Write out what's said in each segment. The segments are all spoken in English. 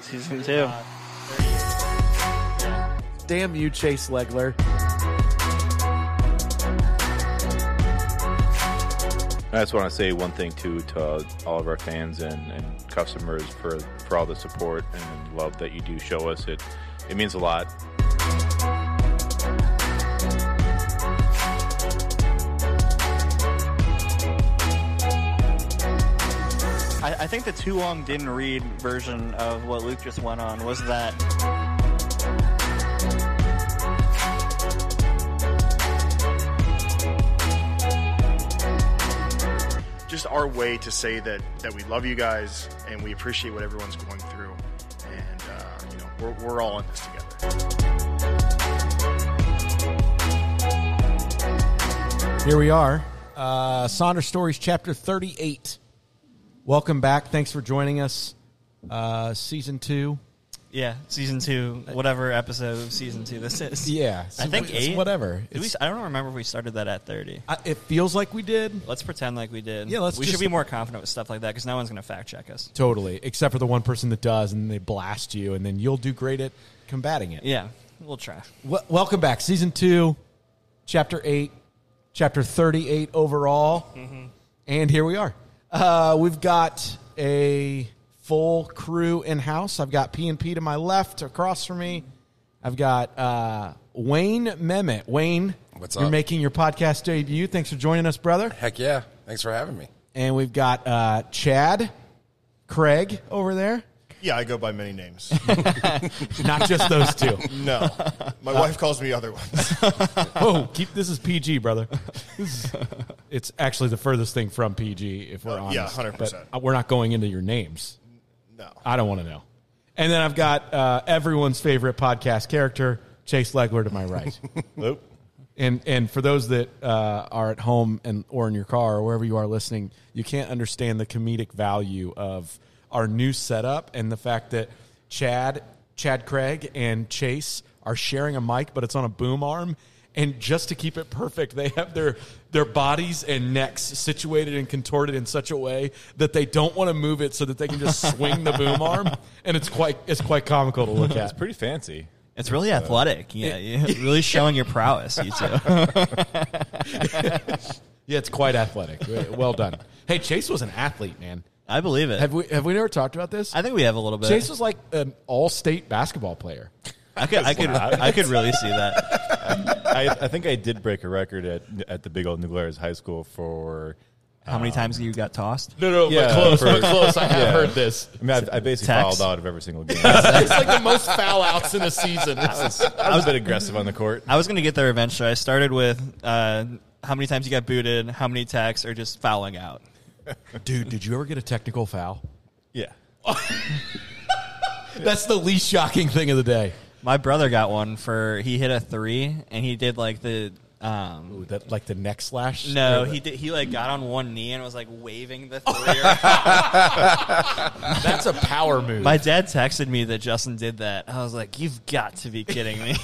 Season two. Damn you, Chase Legler. I just want to say one thing too to all of our fans and, and customers for for all the support and love that you do show us. It it means a lot. I, I think the too long didn't read version of what Luke just went on was that just our way to say that that we love you guys and we appreciate what everyone's going through and uh, you know we're, we're all in this together Here we are. Uh, Sonder Stories, Chapter 38. Welcome back. Thanks for joining us. Uh, season two. yeah season two whatever episode of season two this is. Yeah. I think it's eight. Whatever. Did we, It's- I don't remember if we started that at thirty. I- it feels like we did. Let's pretend like we did. Yeah, let's We just- should be more confident with stuff like that because no one's going to fact check us. Totally. Except for the one person that does, and they blast you, and then you'll do great at combating it. Yeah, we'll try. Wel- welcome back. Season two, Chapter 8, Chapter 38 overall. And here we are. Uh, we've got a full crew in house. I've got P&P to my left, across from me. I've got uh, Wayne Mehmet. Wayne, What's You're up? making your podcast debut. Thanks for joining us, brother. Heck yeah. Thanks for having me. And we've got uh, Chad Craig over there. Yeah, I go by many names. Not just those two. No, my wife calls me other ones. oh, keep this is PG, brother. This is, it's actually the furthest thing from PG, if we're Uh, honest. yeah, 100%. But we're not going into your names. No, I don't want to know. And then I've got uh, everyone's favorite podcast character, Chase Legler, to my right. nope. and and for those that uh, are at home and or in your car or wherever you are listening, you can't understand the comedic value of our new setup and the fact that Chad, Chad Craig, and Chase are sharing a mic, but it's on a boom arm. And just to keep it perfect, they have their their bodies and necks situated and contorted in such a way that they don't want to move it, so that they can just swing the boom arm. And it's quite it's quite comical to look at. It's pretty fancy. It's really athletic. Yeah, you really showing your prowess, you two. Yeah, it's quite athletic. Well done. Hey, Chase was an athlete, man. I believe it. Have we have we never talked about this? I think we have a little bit. Chase was like an all-state basketball player. I could, I could, I could really see that. I, I think I did break a record at at the Big Old New Glarus High School for. How many times you got tossed? No, no, Yeah, close, for- but close. I have yeah. heard this. I mean, I, I basically Tax. fouled out of every single game. It's like the most foul outs in a season. I was a bit aggressive on the court. I was going to get there eventually. I started with uh, how many times you got booted, how many tacks, or just fouling out. Dude, did you ever get a technical foul? Yeah. That's the least shocking thing of the day. My brother got one for he hit a three, and he did like the. Um, That like the neck slash. no, he did. He like got on one knee and was like waving the three. around. that's a power move. My dad texted me that Justin did that. I was like, "You've got to be kidding me!"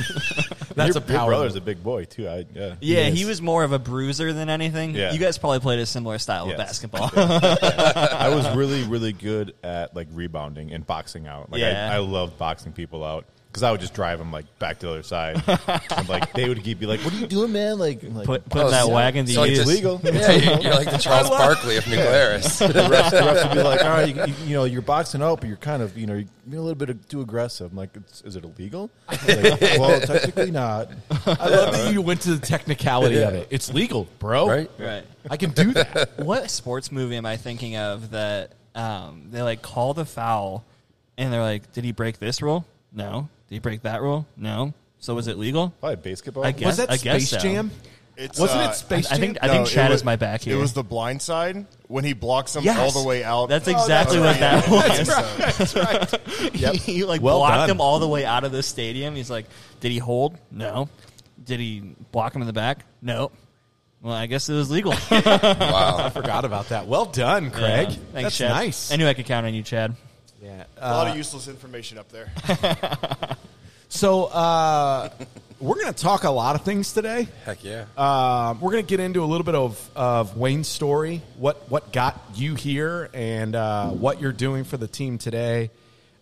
that's your, a your power. brother's move. a big boy too. I, yeah. Yeah, Yes. he was more of a bruiser than anything. Yeah. You guys probably played a similar style Yes. of basketball. I was really, really good at like rebounding and boxing out. Like Yeah. I, I loved boxing people out because I would just drive them like back to the other side. and like they would keep be like, "What are you doing, man?" Like, I'm like Put, putting that wagon to so use. it's legal. Yeah, you- you're like the Charles Barkley of New Glarus. the refs would be like, "All right, you, you, you know, you're boxing out, but you're kind of, you know, you're being a little bit of- too aggressive." I'm like, it's, "Is it illegal?" Like, well, technically not. I love that you went to the technicality of Yeah. it. It's legal, bro. Right? Right. I can do that. What sports movie am I thinking of that um, they like call the foul and they're like, did he break this rule? No. Did he break that rule? No. So was it legal? Probably basketball. I guess. was that I guess Space so. Jam? It's, Wasn't uh, it Space I Jam? think I think Chad it is my back here. It was the blind side when he blocks him Yes. all the way out. Oh, That's exactly what that was. he like Well blocked done. him all the way out of the stadium. He's like, did he hold? No. Did he block him in the back? No. Well, I guess it was legal. Uh, Wow. forgot about that. Well done, Craig. Thanks, that's Chad. nice. I knew I could count on you, Chad. yeah. Uh, a lot of useless information up there. So uh, we're going to talk a lot of things today. Heck yeah. Um, we're going to get into a little bit of, of Wayne's story, what what got you here, and uh, what you're doing for the team today.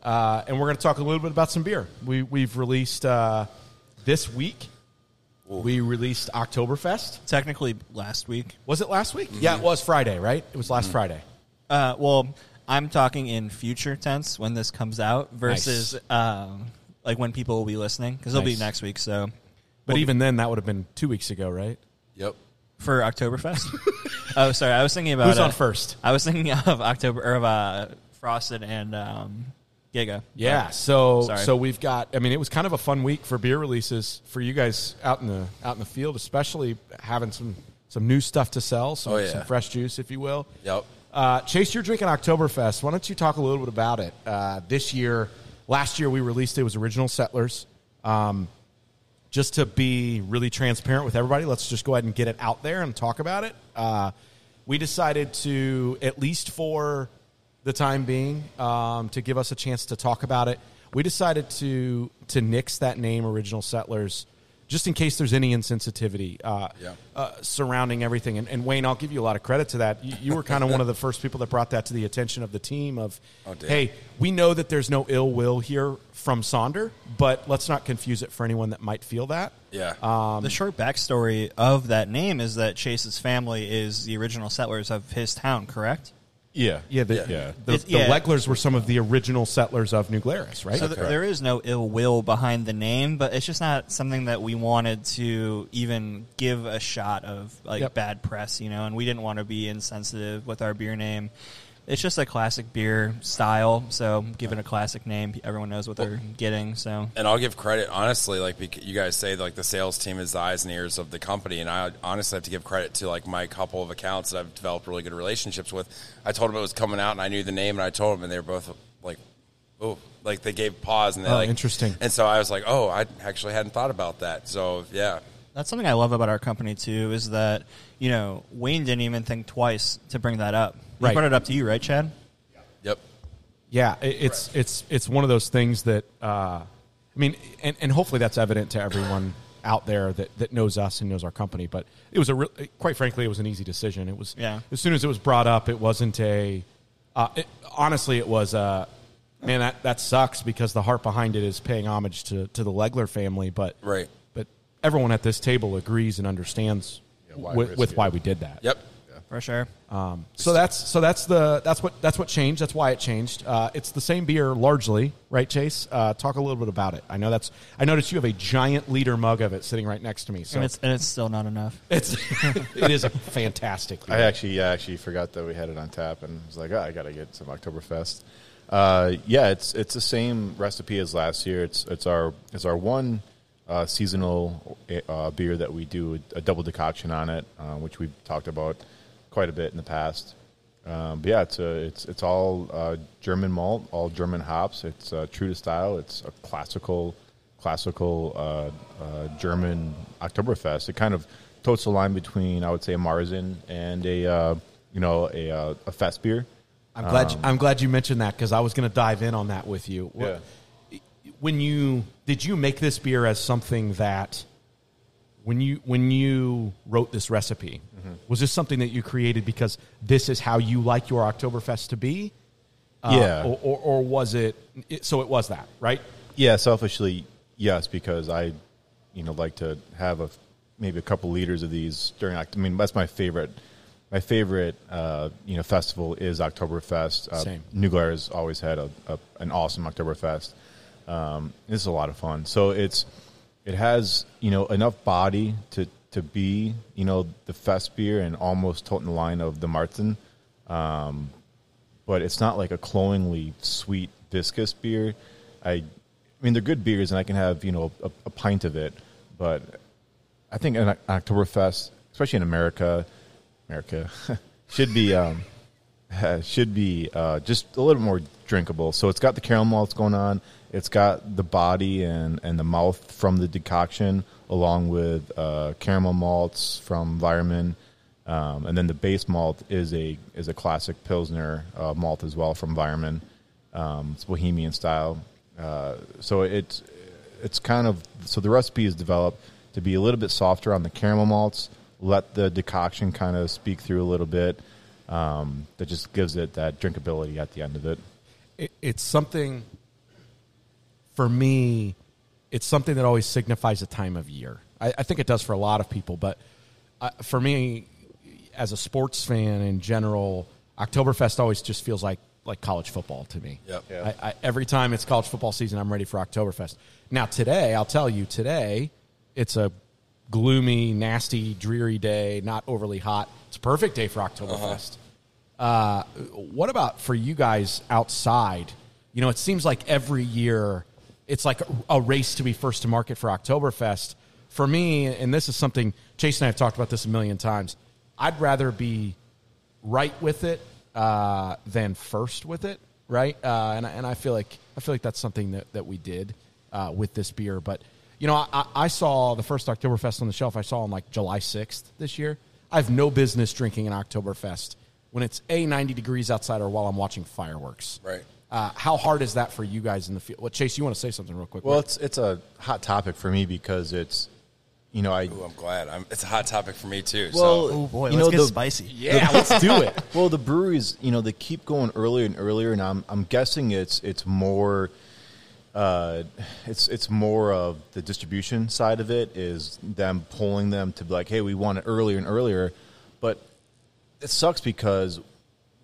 Uh, and we're going to talk a little bit about some beer. We, we've released uh, this week, we released Oktoberfest. Technically, last week. Was it last week? Yeah, it was Mm-hmm. Friday, right? It was last Friday. Uh, well, I'm talking in future tense when this comes out versus um, like when people will be listening because it'll Nice. be next week. So But even then, that would have been two weeks ago, right? Yep. for Oktoberfest. oh, sorry. I was thinking about Who's uh, on first? I was thinking of October or of uh, Frosted and um, Giga. Yeah. So sorry. so we've got. I mean, it was kind of a fun week for beer releases for you guys out in the out in the field, especially having some some new stuff to sell, some, Oh, yeah. some fresh juice, if you will. Yep. Uh, Chase, you're drinking Oktoberfest. Why don't you talk a little bit about it? Uh, this year, last year we released it was Original Settlers. Um, just to be really transparent with everybody, let's just go ahead and get it out there and talk about it. Uh, we decided to, at least for the time being, um, to give us a chance to talk about it. We decided to to nix that name, Original Settlers, just in case there's any insensitivity uh, Yeah. uh, surrounding everything. And, and Wayne, I'll give you a lot of credit to that. You, you were kind of one of the first people that brought that to the attention of the team. Of Oh, dear. hey, we know that there's no ill will here from Sonder, but let's not confuse it for anyone that might feel that. Yeah. um, Um, the short backstory of that name is that Chase's family is the original settlers of his town, correct? Yeah. Yeah, the, Yeah. Yeah. the, It's- the yeah. Lecklers were some of the original settlers of New Glarus, right? So th- Okay. there is no ill will behind the name, but it's just not something that we wanted to even give a shot of like Yep. bad press, you know. And we didn't want to be insensitive with our beer name. It's just a classic beer style, so give it a classic name. Everyone knows what they're getting. So and I'll give credit honestly, like bec- you guys say, like the sales team is the eyes and ears of the company, and I honestly have to give credit to like my couple of accounts that I've developed really good relationships with. I told them it was coming out, and I knew the name, and I told them, and they were both like, "Oh, like they gave pause," and they Oh, like interesting. And so I was like, "Oh, I actually hadn't thought about that." So yeah, That's something I love about our company too is that you know Wayne didn't even think twice to bring that up. He Right. brought it up to you, right, Chad? yep, Yeah, it, it's it's it's one of those things that uh, I mean, and, and hopefully that's evident to everyone out there that, that knows us and knows our company. But it was a real, quite frankly, it was an easy decision. It was Yeah. As soon as it was brought up, it wasn't a. Uh, it, honestly, it was uh, man that that sucks because the heart behind it is paying homage to to the Legler family, but Right. but everyone at this table agrees and understands why with, Chris with did why we did that. yep, For sure. So that's so that's the that's what that's what changed. That's why it changed. Uh, it's the same beer largely, right, Chase? Uh, talk a little bit about it. I know that's I noticed you have a giant liter mug of it sitting right next to me. So and it's and it's still not enough. it's it is a fantastic. Beer. I actually, yeah, I actually forgot that we had it on tap, and was like, oh, I gotta get some Oktoberfest. Uh, yeah, it's it's the same recipe as last year. It's it's our it's our one uh, seasonal uh, beer that we do a double decoction on it, uh, which we've talked about quite a bit in the past. Um, but yeah, it's a, it's it's all uh, German malt, all German hops. It's uh, true to style. It's a classical, classical uh, uh, German Oktoberfest. It kind of totes the line between, I would say, a Marzen and a uh, you know a uh, a fest beer. I'm glad you, I'm glad you mentioned that because I was going to dive in on that with you. What- When you did you make this beer as something that when you when you wrote this recipe was this something that you created because this is how you like your Oktoberfest to be? Uh, Yeah. or, or, or was it, it? So it was that, right? Yeah, selfishly, yes, because I, you know, like to have a maybe a couple liters of these during. Oct- I mean, that's my favorite. My favorite, uh, you know, festival is Oktoberfest. Uh, Same. New Glare has always had a, a an awesome Oktoberfest. Um, this is a lot of fun. So it's it has you know enough body to to be you know the fest beer and almost toting the line of the Martin but it's not like a cloyingly sweet viscous beer. I, I mean, they're good beers, and I can have you know a, a pint of it. But I think an Oc- Oktoberfest, especially in America, America should be um, should be uh, just a little more drinkable. So it's got the caramel malts going on. It's got the body and, and the mouth from the decoction, along with uh, caramel malts from Lyreman. Um, and then the base malt is a is a classic pilsner uh, malt as well from Vireman. Um, it's Bohemian style. Uh, so it's it's kind of so the recipe is developed to be a little bit softer on the caramel malts. Let the decoction kind of speak through a little bit. Um, that just gives it that drinkability at the end of it. it, it's something for me, it's something that always signifies a time of year. I, I think it does for a lot of people, but uh, for me, as a sports fan in general, Oktoberfest always just feels like like college football to me. Yep. Yeah. I, I, every time it's college football season, I'm ready for Oktoberfest. Now today, I'll tell you today, it's a gloomy, nasty, dreary day. Not overly hot. It's a perfect day for Oktoberfest. Uh, what about for you guys outside? You know, it seems like every year it's like a race to be first to market for Oktoberfest. For me, and this is something Chase and I have talked about this a million times, I'd rather be right with it uh, than first with it, right? Uh, and I- and I feel like I feel like that's something that, that we did uh, with this beer. But you know, I- I, I saw the first Oktoberfest on the shelf. I saw on like July sixth this year. I have no business drinking an Oktoberfest when it's a ninety degrees outside or while I'm watching fireworks. Right. Uh, how hard is that for you guys in the field? Well, Chase, you want to say something real quick? Well, right? it's it's a hot topic for me because it's, you know, I Ooh, I'm glad. I'm, it's a hot topic for me too. so. Oh boy, you let's know, get the- spicy. yeah, let's do it. Well, the breweries, you know, they keep going earlier and earlier, and I'm I'm guessing it's it's more, uh, it's it's more of the distribution side of it is them pulling them to be like, hey, we want it earlier and earlier, but it sucks because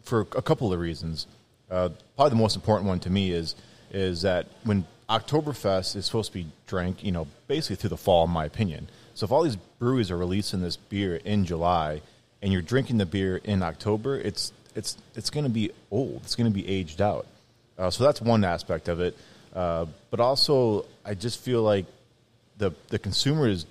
for a couple of reasons. Uh, probably the most important one to me is is that when Oktoberfest is supposed to be drank, you know, basically through the fall, in my opinion. So if all these breweries are releasing this beer in July and you're drinking the beer in October, it's it's it's going to be old. It's going to be aged out. Uh, so that's one aspect of it. Uh, but also, I just feel like the the consumers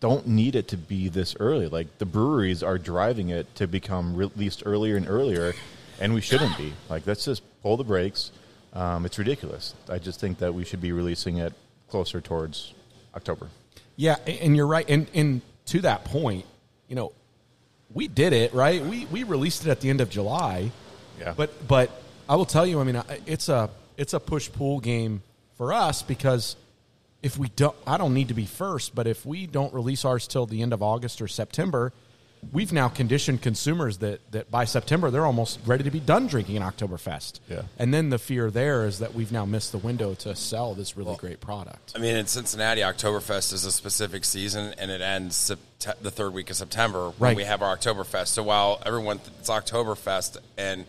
don't need it to be this early. Like the breweries are driving it to become released earlier and earlier, and we shouldn't be. Like let's just pull the brakes. Um, it's ridiculous. I just think that we should be releasing it closer towards October. Yeah, a- and you're right. And and to that point, you know, we did it right. We we released it at the end of July. Yeah. But but I will tell you, I mean, I- it's a it's a push pull game for us because if we don't, I don't need to be first. But if we don't release ours till the end of August or September, we've now conditioned consumers that that by September they're almost ready to be done drinking an Oktoberfest. Yeah. And then the fear there is that we've now missed the window to sell this really great product. I mean, in Cincinnati, Oktoberfest is a specific season, and it ends Sept- the third week of September when Right. we have our Oktoberfest. So while everyone th- it's Oktoberfest, and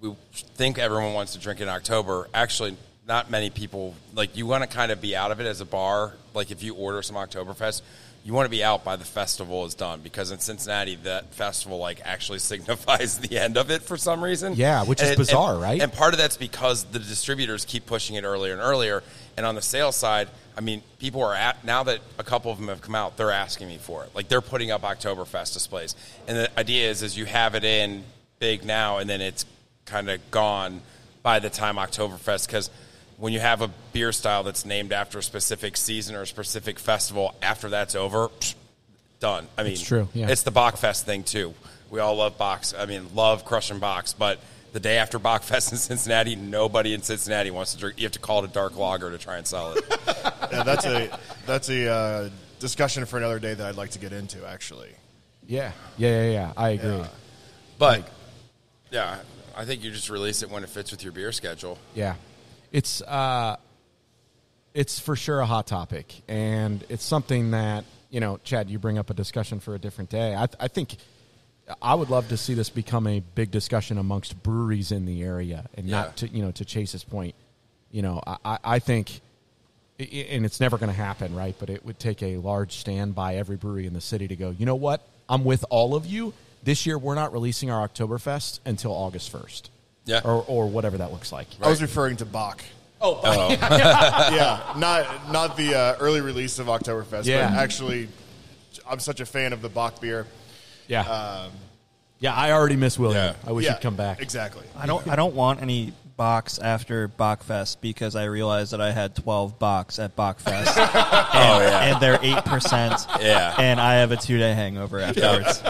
we think everyone wants to drink in October, actually, not many people like you want to kind of be out of it as a bar. Like if you order some Oktoberfest, you want to be out by the festival is done because in Cincinnati that festival like actually signifies the end of it for some reason. Yeah, which is it- bizarre, right? And part of that's because the distributors keep pushing it earlier and earlier. And on the sales side, I mean, people are at now that a couple of them have come out, they're asking me for it. Like they're putting up Oktoberfest displays, and the idea is is you have it in big now, and then it's kind of gone by the time Oktoberfest because. When you have a beer style that's named after a specific season or a specific festival, after that's over, psh, done. I mean, It's true, yeah. It's the Bachfest thing too. We all love Box. I mean, love crushing Box, but the day after Bachfest in Cincinnati, nobody in Cincinnati wants to drink. You have to call it a dark lager to try and sell it. Yeah, that's a that's a uh, discussion for another day that I'd like to get into. Actually, Yeah, yeah, yeah, yeah. I agree. But yeah, I think you just release it when it fits with your beer schedule. Yeah, it's uh, it's for sure a hot topic, and it's something that you know, Chad, you bring up a discussion for a different day. I, th- I think I would love to see this become a big discussion amongst breweries in the area, and Yeah. not to you know to Chase's point. You know, I, I, I think. i- i- And it's never going to happen, right? But it would take a large stand by every brewery in the city to go, you know what? I'm with all of you. This year, we're not releasing our Oktoberfest until August 1st. Yeah. Or, or whatever that looks like. I was referring to Bach. Oh. yeah, not not the uh, early release of Oktoberfest, Yeah. but actually, I'm such a fan of the Bach beer. Yeah. yeah, I already miss William. Yeah. I wish Um, yeah, he'd come back. Exactly. I don't. I don't want any box after Bachfest because I realized that I had twelve box at Bachfest. and, yeah. and they're eight percent. Yeah. and I have a two day hangover afterwards.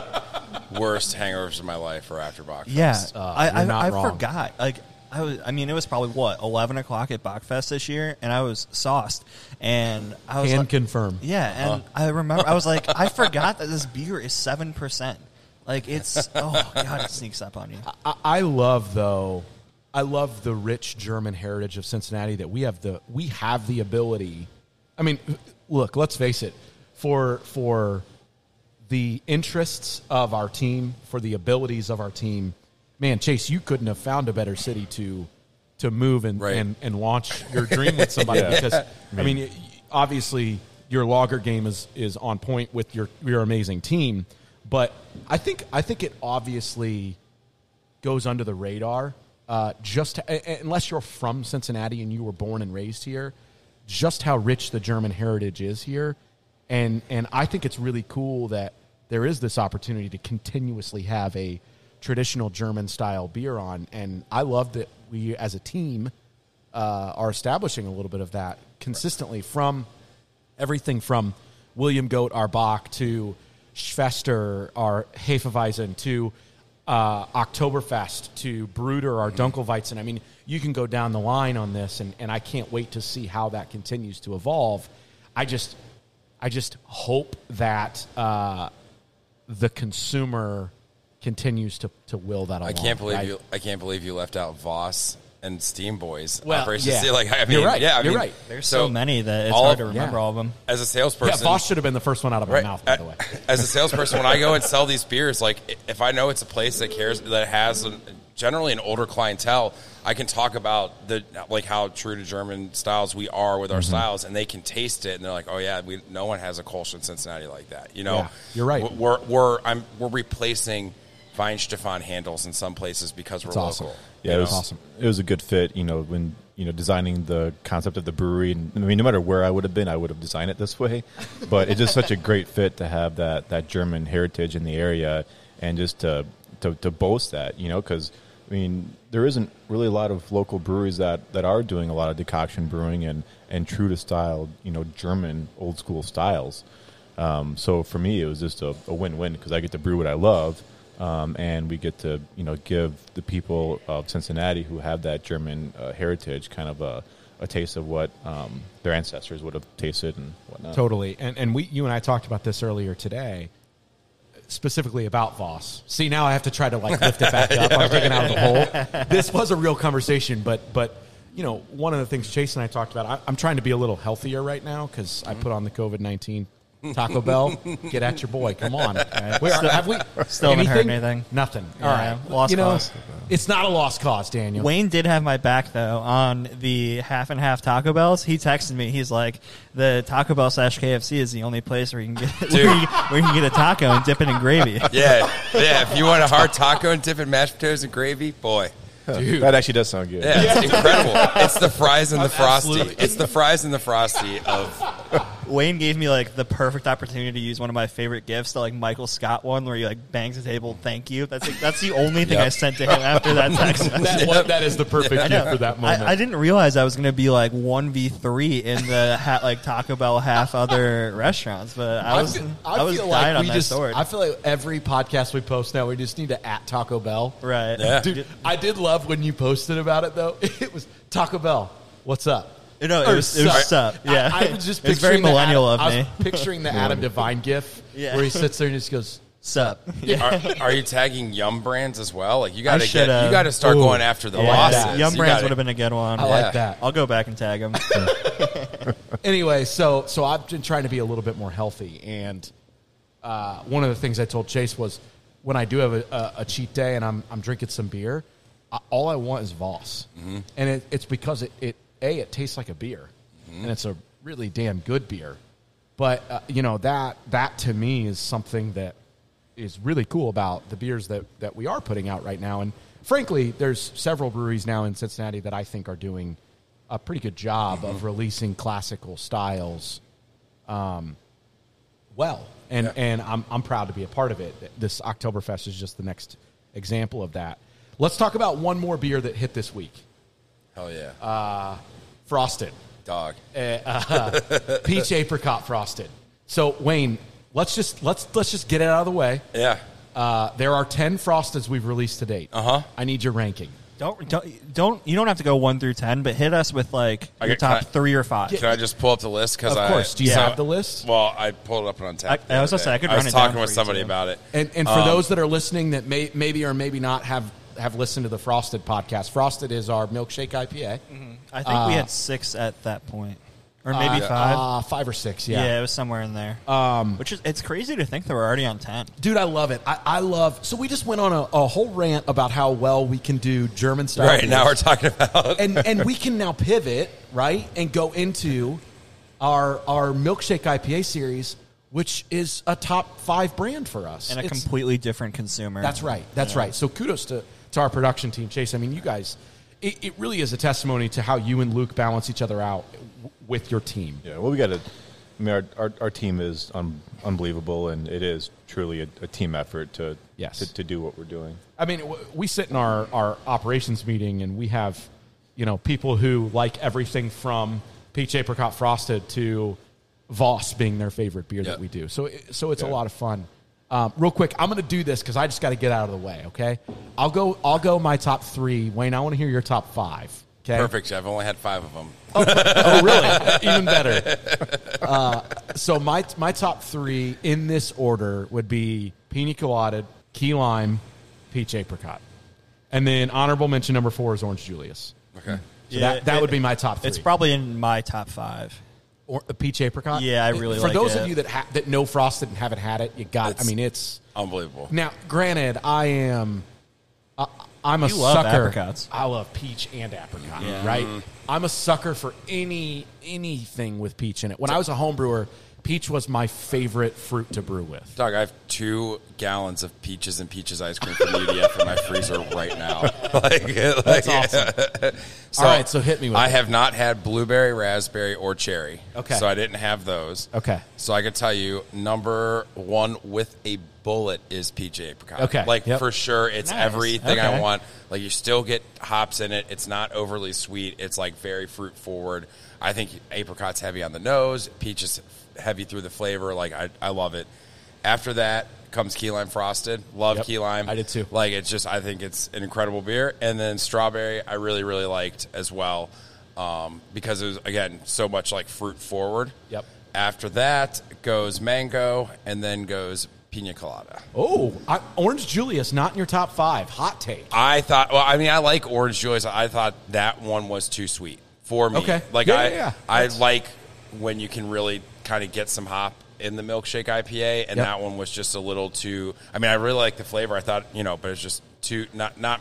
Worst hangovers of my life are after Bachfest. Yeah, I you're I, not I wrong. forgot. Like I was. I mean, it was probably what eleven o'clock at Bachfest this year, and I was sauced, and I was Can like- confirm. Yeah, and I remember I was like, I forgot that this beer is seven percent. Like it's oh god, it sneaks up on you. I, I love though I love the rich German heritage of Cincinnati that we have the we have the ability. I mean, look, let's face it. For for the interests of our team, for the abilities of our team, man, Chase, you couldn't have found a better city to to move and Right. and, and launch your dream with somebody because I mean, y- obviously your logger game is is on point with your your amazing team, but I think I think it obviously goes under the radar. Uh, just a- a- unless you're from Cincinnati and you were born and raised here, just how rich the German heritage is here, and and I think it's really cool that there is this opportunity to continuously have a traditional German style beer on, and I love that we as a team uh, are establishing a little bit of that consistently from everything from William Goat, our Bach, to Schwester, our Hefeweizen, to uh, Oktoberfest, to Bruder, our Dunkelweizen. I mean, you can go down the line on this, and, and I can't wait to see how that continues to evolve. I just, I just hope that uh, the consumer continues to, to will that along. I can't believe right? you. I can't believe you left out Voss and Steam Boys. Well, operations. yeah. Like I mean, You're right. Yeah, I You're mean, right. There's so, many that it's all hard to of- remember yeah. all of them. As a Yeah, salesperson, Voss should have been the first one out of my Right. mouth, by Uh, the way. As a salesperson, when I go and sell these beers, like i- if I know it's a place that cares, that has an, generally an older clientele, I can talk about the like how true to German styles we are with Mm-hmm. our styles, and they can taste it, and they're like, "Oh yeah, we no one has a Kolsch in Cincinnati like that." You know, Yeah, you're right. W- We're we're I'm we're replacing Weinstefan handles in some places because we're It's awesome. local. Yeah, you it know? was awesome. It was a good fit, you know, when you know designing the concept of the brewery. And I mean, no matter where I would have been, I would have designed it this way. But it's just such a great fit to have that that German heritage in the area, and just to to, to boast that, you know, because I mean, there isn't really a lot of local breweries that that are doing a lot of decoction brewing and and true to style, you know, German old school styles. Um, so for me, it was just a, a win-win because I get to brew what I love, um, and we get to you know give the people of Cincinnati who have that German uh, heritage kind of a, a taste of what um, their ancestors would have tasted and whatnot. Totally. And and we you and I talked about this earlier today, specifically about Voss. See, now I have to try to like lift it back up. I was taken out of the hole. This was a real conversation, but but you know, one of the things Chase and I talked about, I, I'm trying to be a little healthier right now because I put on the COVID nineteen. Taco Bell, get at your boy. Come on. Where, are- have we Still haven't heard anything. Nothing. All Yeah, right. lost you know, cause. It's not a lost cause, Daniel. Wayne did have my back though on the half and half Taco Bells. He texted me. He's like, "The Taco Bell slash KFC is the only place where you can get where, you, where you can get a taco and dip it in gravy." Yeah, yeah. If you want a hard taco and dip in mashed potatoes and gravy, boy. That actually does sound good. Yeah, it's incredible. It's the fries and the frosty. absolutely- It's the fries and the frosty of Wayne gave me like the perfect opportunity to use one of my favorite gifts, the like Michael Scott one, where he like bangs the table, "Thank you." That's like, that's the only thing Yep. I sent to him after that text. That, what, that is the perfect I gift know. for that moment. I, I didn't realize I was going to be like one v three in the ha- like Taco Bell half other restaurants, but I was I, was dying on that just, sword. I feel like every podcast we post now, we just need to at Taco Bell. right? Yeah. Dude, I did love when you posted about it though. It was Taco Bell. What's up? No, Oh, it Or was, it was sup. Yeah, I, I was just it was very picturing the millennial Adam- of I me. was picturing the Adam Devine gif Yeah. where he sits there and just goes, Sup. Are, are you tagging Yum Brands as well? Like you got I to should, get, uh, you got to start ooh. going after the Yeah, losses. Yum Brands You gotta- would have been a good one. "I like that." I'll go back and tag him. anyway, so so I've been trying to be a little bit more healthy, and uh, one of the things I told Chase was when I do have a, a, a cheat day and I'm I'm drinking some beer, I, all I want is Voss, and it, it's because it, it a it tastes like a beer, and it's a really damn good beer, but uh, you know that that to me is something that is really cool about the beers that, that we are putting out right now. And frankly, there's several breweries now in Cincinnati that I think are doing a pretty good job of releasing classical styles um, well. And, and I'm, I'm proud to be a part of it. This Oktoberfest is just the next example of that. Let's talk about one more beer that hit this week Hell yeah, Uh, Frosted, Eh, uh, dog. Peach Apricot Frosted. So, Wayne, let's just, let's, let's just get it out of the way. Yeah, Uh, there are 10 Frosteds we've released to date. Uh-huh. I need your ranking. Don't don't don't you don't have to go one through ten, but hit us with like I your get top cut. three or five. can I just pull up the list? Because Of I, course. Do you yeah. have the list? Well, I pulled it up on tap. I- the I was other gonna say, I day. could I run was it down talking for with you, somebody too. about it. And, and for those that are listening that may, maybe or maybe not have have listened to the Frosted podcast. Frosted is our milkshake IPA. Mm-hmm. I think we had six at that point, or maybe Uh, five. uh, Um, five or six. yeah. it was somewhere in there. Which is it's crazy to think that we're already on ten. Dude, I love it. I, I love. So we just went on a, a whole rant about how well we can do German style. Right now we're beers. talking about and and we can now pivot right and go into our our milkshake IPA series, which is a top five brand for us. And a It's- completely different consumer. That's right. That's right. So kudos to to our production team, Chase. I mean, you guys, it, it really is a testimony to how you and Luke balance each other out w- with your team. Yeah, well, we got to. I mean, our, our, our team is un, unbelievable, and it is truly a, a team effort to, Yes. to to do what we're doing. I mean, w- we sit in our, our operations meeting and we have, you know, people who like everything from peach apricot frosted to Voss being their favorite beer Yeah. that we do. So, it- so it's a Yeah. lot of fun. Um, real quick, I'm going to do this because I just got to get out of the way. Okay, I'll go. I'll go my top three. Wayne, I want to hear your top five. Okay, perfect. I've only had five of them. oh, really? Even better. Uh, so my my top three in this order would be pina colada, key lime, peach apricot, and then honorable mention number four is orange Julius. Okay. So that, that would be my top three. It's probably in my top five. or, a peach apricot. Yeah, I really for like those it. of you that ha- that know frosted and haven't had it. You got. I It's- mean, it's Unbelievable. now. Granted, I am. I I'm a You love sucker. apricots. I love peach and apricot. Yeah. Right. I'm a sucker for any anything with peach in it. When I was a home brewer, peach was my favorite fruit to brew with. Dog, I have two gallons of peaches and peaches ice cream from UDF in my freezer right now. Like, That's awesome. All right, so hit me with I it. have not had blueberry, raspberry, or cherry. Okay. So I didn't have those. Okay. So I can tell you, number one with a bullet is peach apricot. Okay, Like yep. for sure, it's Nice, everything okay. I want. Like you still get hops in it. It's not overly sweet. It's like very fruit forward. I think apricot's heavy on the nose. Peach is heavy through the flavor. Like I, I love it. After that comes key lime frosted. Love Yep, key lime. I did too. Like it's just, I think it's an incredible beer. And then strawberry, I really, really liked as well um, because it was again so much like fruit forward. Yep. After that goes mango, and then goes pina colada. Oh, I, orange Julius not in your top five. Hot take. I thought. Well, I mean, I like orange Julius. I thought that one was too sweet for me. Okay. Like Yeah, I, yeah, yeah. I like when you can really kind of get some hop in the milkshake IPA, Yep. and that one was just a little too. I mean, I really like the flavor. I thought you know, but it's just too not not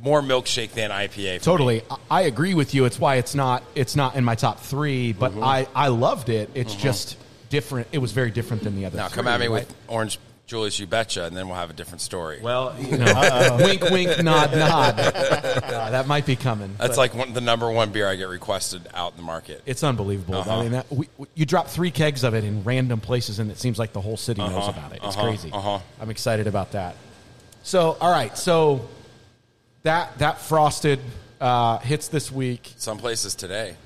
more milkshake than IPA. for me. Totally, I- I agree with you. It's why it's not it's not in my top three, but I I loved it. It's just different. It was very different than the other. Now come three, at me right? with orange Julius, you betcha, and then we'll have a different story. Well, you know, wink, wink, nod, nod. Uh, that might be coming. That's but like one, the number one beer I get requested out in the market. it's unbelievable. Uh-huh. I mean, that, we, we- you drop three kegs of it in random places, and it seems like the whole city knows Uh-huh, about it. It's uh-huh, crazy. uh-huh. I'm excited about that. So, all right, so that that frosted uh, hits this week. Some places today,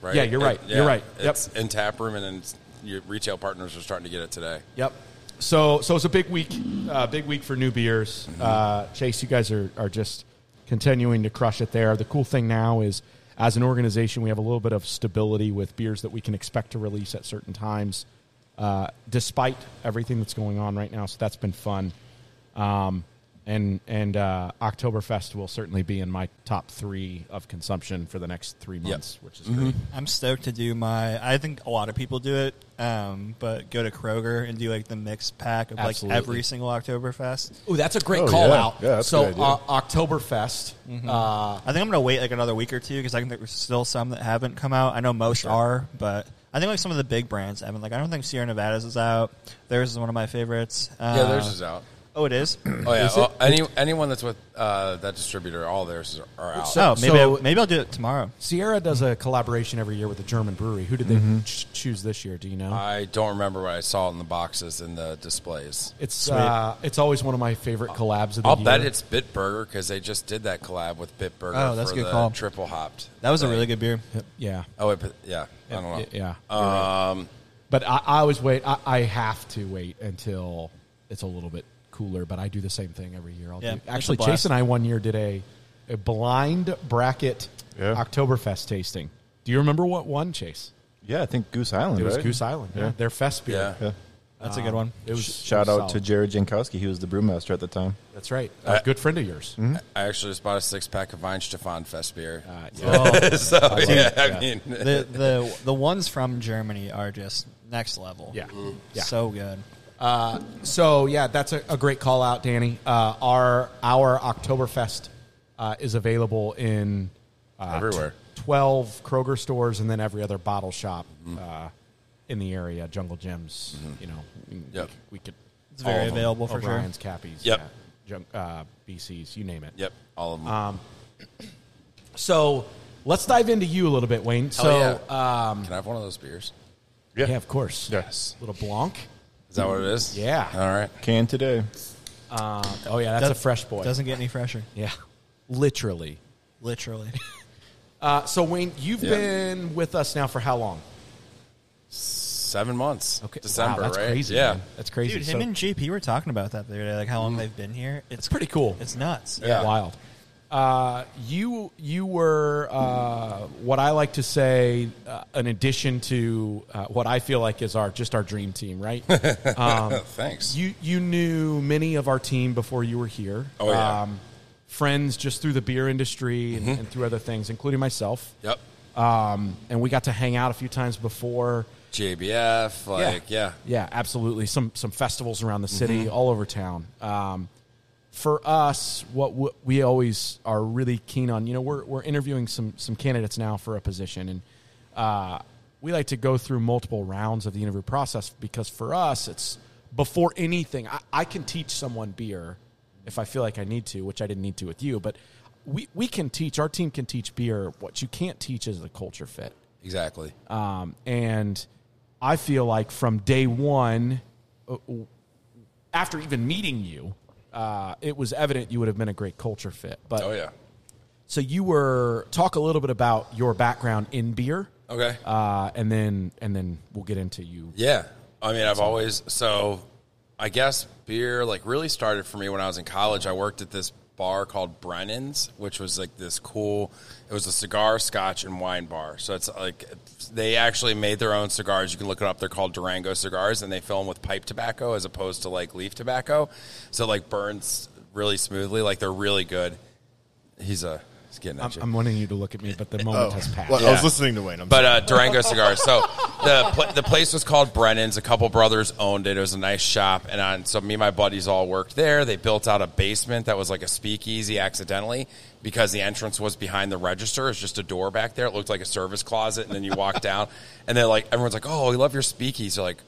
right? Yeah, you're right. You're right. Yep. It's in tap room, and then it's- your retail partners are starting to get it today. Yep. So so it's a big week, uh, big week for new beers. Mm-hmm. Uh, Chase, you guys are are just continuing to crush it there. The cool thing now is, as an organization, we have a little bit of stability with beers that we can expect to release at certain times, uh, despite everything that's going on right now. So that's been fun. Um, and and uh, Oktoberfest will certainly be in my top three of consumption for the next three months, which is Mm-hmm. great. I'm stoked to do my. I think a lot of people do it, um, but go to Kroger and do like the mixed pack of Absolutely. like every single Oktoberfest. Oh, that's a great Oh, call yeah. out. Yeah, that's a so good idea. uh, Oktoberfest. Uh, I think I'm gonna wait like another week or two because I think there's still some that haven't come out. I know most are, but I think like some of the big brands haven't. Like I don't think Sierra Nevada's is out. Theirs is one of my favorites. Uh, yeah, theirs is out. Oh, it is. Oh yeah, well, any anyone that's with uh, that distributor, all theirs are- are out. oh, maybe so- I, maybe I'll do it tomorrow. Sierra does a collaboration every year with a German brewery. Who did they Mm-hmm. ch- choose this year? Do you know? I don't remember what I saw in the boxes and the displays. it's uh, it's always one of my favorite collabs of the I'll year. bet it's Bitburger because they just did that collab with Bitburger. Oh, that's for a good the call. Triple hopped. That was a really good beer. yeah, Oh, wait, but- yeah. I don't know. Y- yeah. Um, but I, I always wait. I, I have to wait until it's a little bit cooler. But I do the same thing every year. I'll Yeah, do, it's a actually, blast. Chase and I one year did a, a blind bracket Yeah. Oktoberfest tasting. Do you remember what one, Chase? Yeah, I think Goose Island. It was right? Goose Island. Yeah, their fest beer. Um, Yeah. Yeah. That's a good one. It was Shout it was out to solid. Jared Jankowski. He was the brewmaster at the time. that's right, a Uh, good friend of yours. Mm-hmm. I actually just bought a six pack of Weinstefan Fest beer. Uh, yeah. Oh. so yeah, I mean, The the the ones from Germany are just next level. Yeah. Yeah. so good. So yeah, that's a, a great call out, Danny. Uh, our our Oktoberfest uh, is available in uh, Everywhere. tw- Twelve Kroger stores and then every other bottle shop Mm-hmm. uh, in the area. Jungle Gems, you know, we, Yep. we could. It's very all of them. available for sure. Orion's, Cappies, Yep. yeah, Junk, uh, BCs, you name it. yep, all of them. So let's dive into you a little bit, Wayne. So uh, Can I have one of those beers? yeah. of course, Yes. little Blanc. Is that what it is? Mm, Yeah. All right. Can today. Oh yeah, that's Does- a fresh boy. Doesn't get any fresher. yeah, literally. Literally. Uh, so Wayne, you've been with us now for how long? Seven months. December, Wow, that's right? Crazy, yeah. man. that's crazy. Dude, him and JP were talking about that the other day, like how long they've been here. It's pretty cool. It's nuts. Yeah. wild. Uh, you you were uh, what I like to say uh, an addition to uh, what I feel like is our just our dream team, right? Thanks. Um, you you knew many of our team before you were here. Um, Oh, yeah. Mm-hmm. friends just through the beer industry and, and through other things, including myself. yep. Um, and we got to hang out a few times before. JBF. Like, yeah. Yeah, absolutely. Some some festivals around the city, all over town. Um, for us, what w- we always are really keen on, you know, we're we're interviewing some some candidates now for a position, and uh, we like to go through multiple rounds of the interview process because for us, it's before anything. I, I can teach someone beer if I feel like I need to, which I didn't need to with you, but. We, we can teach our team can teach beer what you can't teach is the culture fit Exactly. um, and I feel like from day one, uh, after even meeting you, uh, it was evident you would have been a great culture fit. But oh yeah. so you were talk a little bit about your background in beer, Okay. uh, and then and then we'll get into you. Yeah. I mean, I've always, so I guess beer like really started for me when I was in college. I worked at this bar called Brennan's, which was like this cool, it was a cigar, scotch, and wine bar. So it's like they actually made their own cigars. You can look it up. They're called Durango cigars and they fill them with pipe tobacco as opposed to like leaf tobacco. So it, like burns really smoothly. Like they're really good. He's a, he's getting at I'm, you I'm wanting you to look at me, but the Oh. moment has passed. Well, I Yeah. was listening to Wayne. I'm but uh, Durango cigars. So the pl- the place was called Brennan's. A couple brothers owned it. It was a nice shop, and on, so me and my buddies all worked there. They built out a basement that was like a speakeasy accidentally because the entrance was behind the register. It's just a door back there. It looked like a service closet, and then you walk down, and they're like, everyone's like, "Oh, we love your speakeasy." They're like,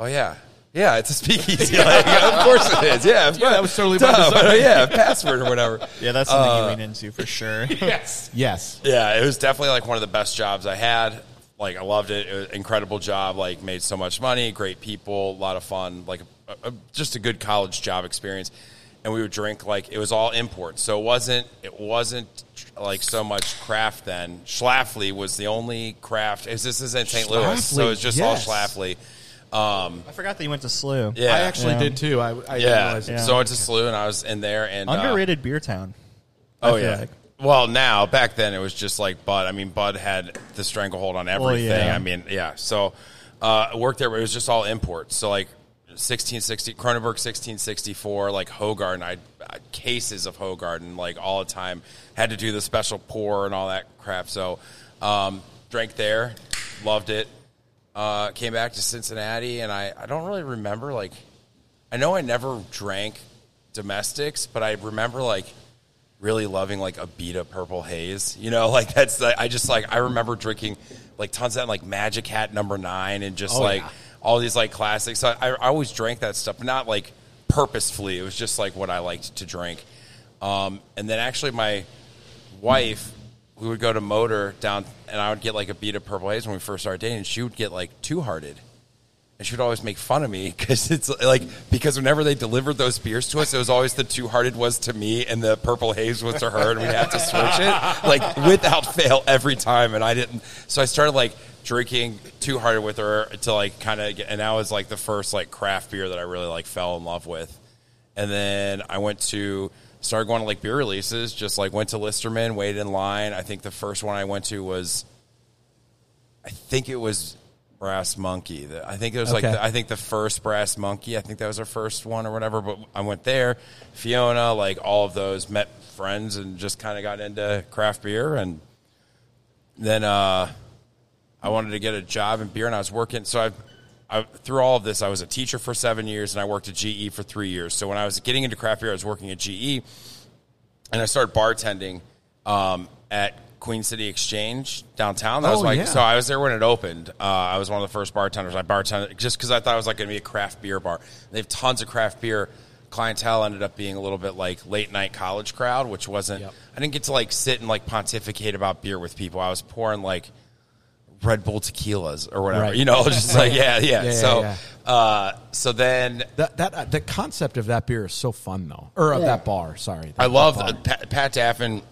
"Oh yeah." Yeah, it's a speakeasy. Like, of course it is. Yeah, yeah that was totally by Duh, uh, yeah, password or whatever. Yeah, that's something you lean into for sure. Yes, Yeah, it was definitely like one of the best jobs I had. Like I loved it. It was an incredible job. Like made so much money, great people, a lot of fun. Like a, a, just a good college job experience. And we would drink like it was all imports. So it wasn't it wasn't like so much craft then. Schlafly was the only craft. Is this is in St. Louis, so Schlafly, it's just yes. all Schlafly. I forgot that you went to SLU. Yeah, I actually did too. I, I didn't yeah. realize it. So I went to SLU and I was in there and uh, Underrated beer town. Oh feel yeah. like. Well, now back then it was just like Bud. I mean, Bud had the stranglehold on everything. yeah. I mean, yeah. So uh, I worked there, but it was just all imports. So like sixteen sixty Cronenberg sixteen sixty four, like Hogarden. I, I cases of Hogarden like all the time. Had to do the special pour and all that crap. So um, drank there, loved it. Uh, came back to Cincinnati, and I, I don't really remember like I know I never drank domestics, but I remember like really loving like a Beta Purple Haze. You know, like that's the, I just like I remember drinking like tons of that, like Magic Hat number nine and just Oh, like yeah. all these like classics. I, I I always drank that stuff, but not like purposefully. It was just like what I liked to drink. Um, and then actually my wife, we would go to Motor down, and I would get like a Beta Purple Haze when we first started dating. and She would get like Two Hearted and she would always make fun of me because it's like because whenever they delivered those beers to us, it was always the two hearted was to me and the purple haze was to her, and we'd have to switch it like without fail every time. And I didn't, so I started like drinking two hearted with her to like kind of, and that was like the first like craft beer that I really like fell in love with. And then I went to started going to like beer releases, just like went to Listerman, waited in line. I think the first one I went to was I think it was Brass Monkey. The- I think it was like Okay. the, I think the first Brass Monkey. I think that was our first one or whatever. But I went there, Fiona, like all of those, met friends and just kind of got into craft beer. And then uh, I wanted to get a job in beer, and I was working. So I, I through all of this, I was a teacher for seven years, and I worked at GE for three years. So when I was getting into craft beer, I was working at GE and I started bartending um, at Queen City Exchange downtown. That was Oh, like yeah. so. I was there when it opened. Uh, I was one of the first bartenders. I bartended just because I thought it was like going to be a craft beer bar. They have tons of craft beer. Clientele ended up being a little bit like late night college crowd, which wasn't. Yep. I didn't get to like sit and like pontificate about beer with people. I was pouring like Red Bull tequilas or whatever, Right. you know, just like yeah, yeah. Yeah, yeah, so, yeah. Uh, so then That that uh, the concept of that beer is so fun though, or of that bar. Sorry, I That- love that bar. uh, Pat, Pat Daffin,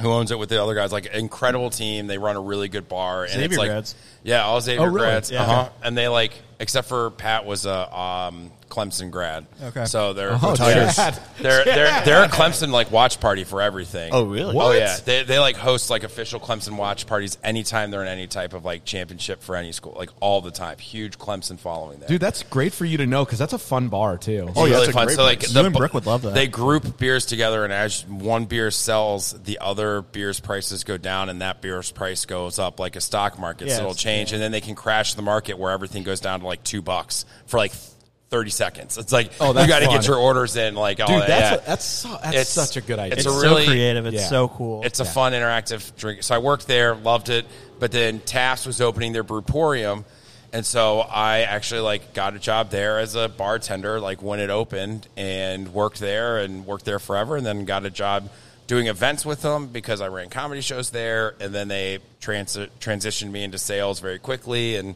who owns it with the other guys. Like incredible team. They run a really good bar. And it's Xavier like, grads. Yeah, all Xavier Oh, really? grads. Yeah. Uh-huh. And they like, except for Pat was a um, Clemson grad. Okay. So they're Oh, they're, Chad. they're they're they're a Clemson like watch party for everything. Oh, really? Oh What? yeah. They they like host like official Clemson watch parties anytime they're in any type of like championship for any school, like all the time. Huge Clemson following there. dude. That's great for you to know because that's a fun bar too. Oh, yeah, really that's a fun. great So like place. the You and bu- Brooke would love that. They group beers together, and as one beer sells, the other beer's prices go down, and that beer's price goes up like a stock market. Yeah, so it'll it's- change, and then they can crash the market where everything goes down to like two bucks for like thirty seconds. It's like Oh, oh, that's you got to fun. get your orders in, like all Dude, that. that's Yeah. a, that's so, that's It's- such a good idea. it's It's, a so really- creative. It's yeah. so cool. It's a fun interactive drink. So I worked there, loved it. But then Taft's was opening their Brewporium, and so I actually like got a job there as a bartender, like when it opened, and worked there and worked there forever, and then got a job doing events with them because I ran comedy shows there, and then they trans- transitioned me into sales very quickly, and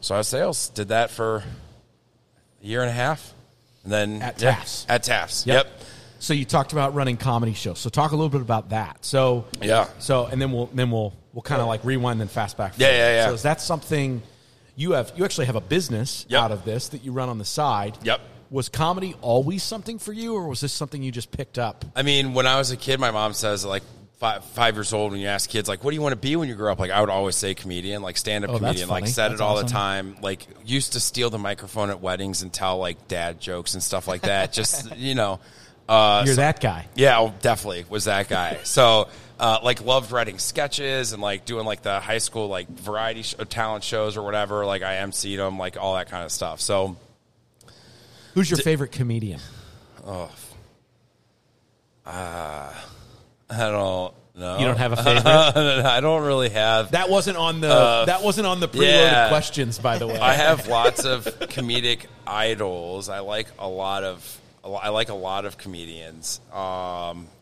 so I was sales did that for a year and a half, and then At yeah, Taft's. at Taft's, Yep. yep. So you talked about running comedy shows. So talk a little bit about that. So Yeah. So and then we'll then we'll we'll kind of like rewind and fast back. Yeah, yeah, yeah. So is that something you have? You actually have a business Yep. out of this that you run on the side. Yep. Was comedy always something for you, or was this something you just picked up? I mean, when I was a kid, my mom says like five five years old. When you ask kids like, "What do you want to be when you grow up?" Like I would always say comedian, like stand up Oh, that's comedian. Like funny. said That's it all awesome. the time. Like used to steal the microphone at weddings and tell like dad jokes and stuff like that. Just you know, uh, You're so- that guy. yeah, oh, definitely was that guy. So, uh, like, loved writing sketches and like doing like the high school like variety sh- talent shows or whatever. Like I emceed them, like all that kind of stuff. So Who's your favorite comedian? I don't know. You don't have a favorite. I don't really have. that wasn't on the that wasn't on the preloaded Uh, yeah. questions, by the way. I have lots of comedic idols. I like a lot of. I like a lot of comedians. Um,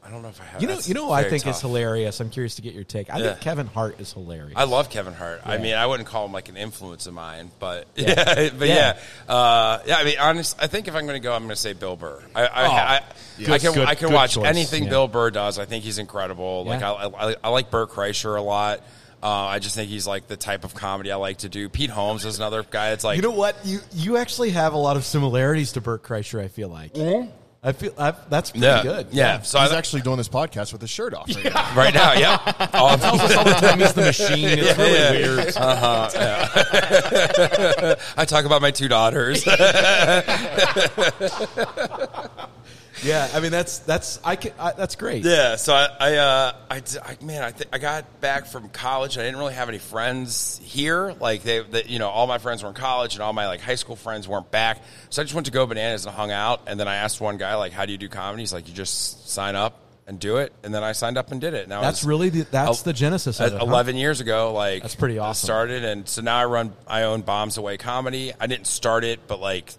I don't know if I have. you know, that's you know, what I very think is tough. hilarious. I'm curious to get your take. I Yeah. think Kevin Hart is hilarious. I love Kevin Hart. I mean, I wouldn't call him like an influence of mine, but yeah, but yeah, yeah. Uh, yeah. I mean, honest. I think if I'm going to go, I'm going to say Bill Burr. I, I, I, I can Oh, good- I can good watch choice, anything yeah. Bill Burr does. I think he's incredible. Like Yeah. I, I, I like Burt Kreischer a lot. Uh, I just think he's like the type of comedy I like to do. Pete Holmes is another guy. that's like you know what? You you actually have a lot of similarities to Burt Kreischer. I feel like. I feel I've, that's pretty yeah, good. Yeah. So I, He's actually doing this podcast with his shirt off. Right now. right now, yeah. All Tells us all the time he's the machine. It's really yeah. weird. I talk about my two daughters. Yeah, I mean that's that's I can I, that's great. Yeah, so I, I, uh, I, d- I- man, I, th- I got back from college. And I didn't really have any friends here. Like they, they, you know, all my friends were in college, and all my like high school friends weren't back. So I just went to go bananas and hung out. And then I asked one guy, like, "How do you do comedy?" He's like, "You just sign up and do it." And then I signed up and did it. Now That's really the, that's Oh, the genesis uh, of it. huh? 11 years ago like That's pretty I awesome. started and so now i run i own bombs away comedy i didn't start it but like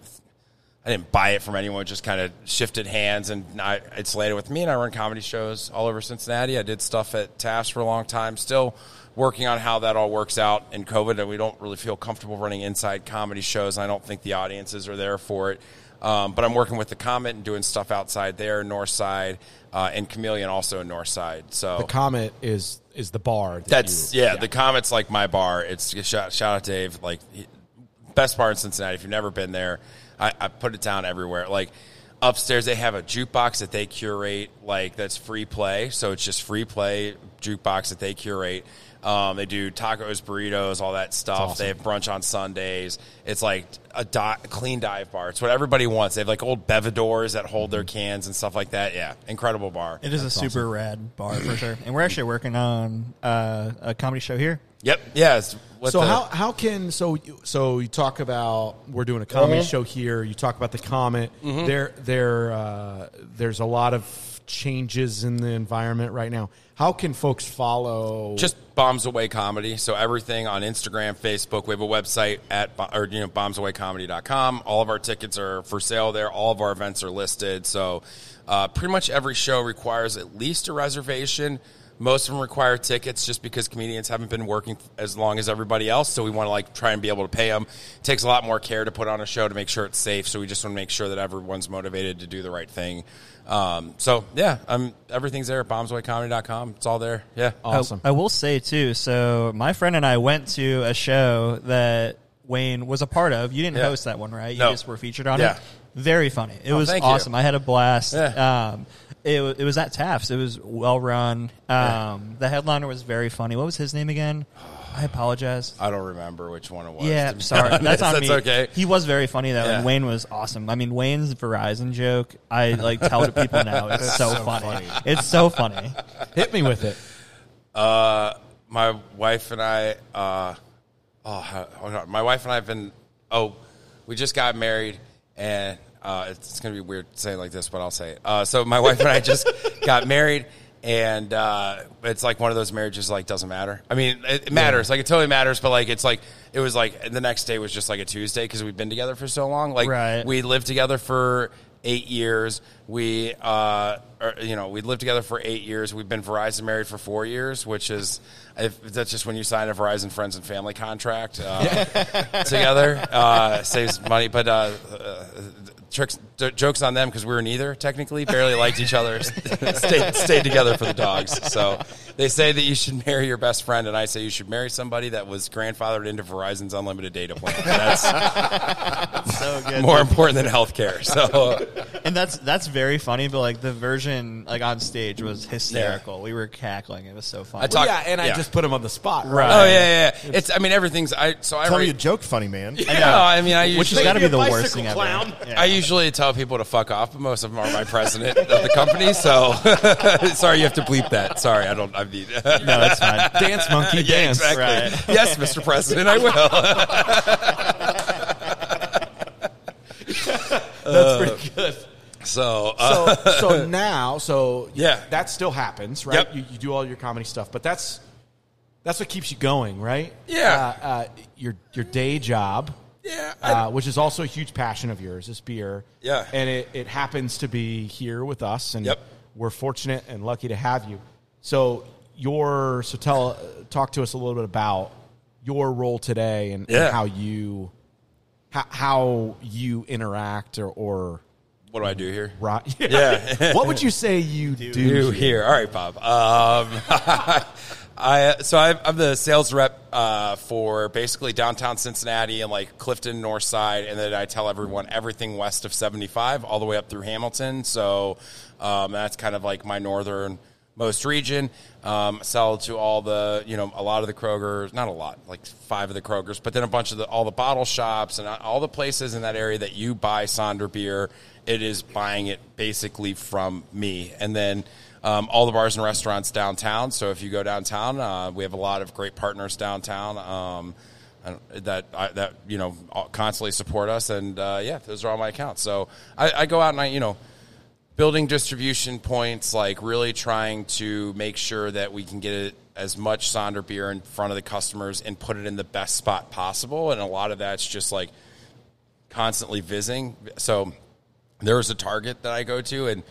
i didn't buy it from anyone it just kind of shifted hands and I, it's landed with me and i run comedy shows all over cincinnati i did stuff at taft's for a long time still working on how that all works out in covid and we don't really feel comfortable running inside comedy shows i don't think the audiences are there for it um, but I'm working with the Comet and doing stuff outside there, North Side, uh, and Chameleon also in North Side. So The comet is is the bar. That that's you- yeah, The comet's like my bar. It's shout, shout out Dave. Like he- best bar in Cincinnati. If you've never been there, I, I put it down everywhere. Like upstairs, they have a jukebox that they curate. Like that's free play, so it's just free play jukebox that they curate. Um, they do tacos, burritos, all that stuff. They have brunch on Sundays. It's like a di- clean dive bar. It's what everybody wants. They have like old bevadors that hold their Mm-hmm. cans and stuff like that. Yeah, incredible bar. It is a super rad bar for sure. And we're actually working on uh, a comedy show here. Yep. Yeah. It's what so the- how how can so you, so you talk about we're doing a Uh-huh. comedy show here. You talk about the comet. Mm-hmm. There there uh, there's a lot of changes in the environment right now. How can folks follow? just bombs away comedy so everything on instagram facebook we have a website at bo- or you know bombsawaycomedy.com all of our tickets are for sale there all of our events are listed so uh, pretty much every show requires at least a reservation most of them require tickets just because comedians haven't been working as long as everybody else so we want to like try and be able to pay them it takes a lot more care to put on a show to make sure it's safe so we just want to make sure that everyone's motivated to do the right thing um, so yeah i everything's there at bombsawaycomedy.com it's all there yeah awesome. I, I will say too. So my friend and I went to a show that Wayne was a part of. You didn't Yeah. host that one, right? You No. just were featured on Yeah. Oh, it. Very funny. It was thank you. awesome. I had a blast. Yeah. Um, it, wa- it was at Taft's. It was well run. Um, The headliner was very funny. What was his name again? I apologize. I don't remember which one it was. Yeah, to be sorry. honest. That's on That's me. okay. He was very funny though, Yeah. and Wayne was awesome. I mean, Wayne's Verizon joke, I like tell to people now. It's so, funny. It's so funny. hit me with it. my wife and I, uh, oh, hold on. My wife and I have been, oh, we just got married and uh, it's, it's going to be weird saying it like this, but I'll say it. Uh, so my wife and I just got married and uh, it's like one of those marriages like doesn't matter. I mean, it, it matters. Like it totally matters, but like it's like, it was like the next day was just like a Tuesday because we've been together for so long. Like Right. we lived together for eight years. We, uh, are, you know, we lived together for eight years. We've been Verizon married for four years, which is if, that's just when you sign a Verizon friends and family contract uh, together. Uh, saves money, but uh, uh, tricks d- jokes on them because we were neither technically barely liked each other. stayed, stayed together for the dogs. So they say that you should marry your best friend, and I say you should marry somebody that was grandfathered into Verizon's unlimited data plan. That's So good. more important than healthcare. So and that's that's very funny. But like the version like on stage was hysterical. We were cackling. It was so funny. I talk- yeah, and I yeah. just put him on the spot. Right. Oh yeah, yeah. It's. I mean, everything's. I so I. Tell me write- you joke, funny man. I know. I mean, I which has usually. got to be Maybe a the worst bicycle thing ever. clown. Yeah. I usually tell people to fuck off, but most of them are my president of the company. So sorry, you have to bleep that. Sorry, I don't. I mean, no, that's fine. Dance monkey yeah, dance. exactly. Right. Yes, Mr. President, I will. That's pretty good. Uh, So, uh, So so now so Yeah. that still happens right. Yep. You, you do all your comedy stuff, but that's that's what keeps you going, right? Yeah. Uh, uh, your your day job. yeah, I- uh, which is also a huge passion of yours, is beer. Yeah. And it, it happens to be here with us, and Yep. we're fortunate and lucky to have you. So your so tell uh, talk to us a little bit about your role today and, and Yeah. how you how, how you interact or or what do I do here? right. Yeah. what would you say you do? do here. All right, Bob. Um, I so I'm, I'm the sales rep uh, for basically downtown Cincinnati and like Clifton North Side, and then I tell everyone everything west of 75 all the way up through Hamilton. So um, that's kind of like my northern most region. Um, sell to all the you know a lot of the Krogers, not a lot, like five of the Krogers, but then a bunch of the, all the bottle shops and uh, all the places in that area that you buy Sonder beer. It is buying it basically from me, and then um, all the bars and restaurants downtown. So if you go downtown, uh, we have a lot of great partners downtown um, and that I, that you know constantly support us. And uh, yeah, those are all my accounts. So I, I go out and I you know building distribution points, like really trying to make sure that we can get it as much Sonder beer in front of the customers and put it in the best spot possible. And a lot of that's just like constantly visiting. So there was a Target that I go to, and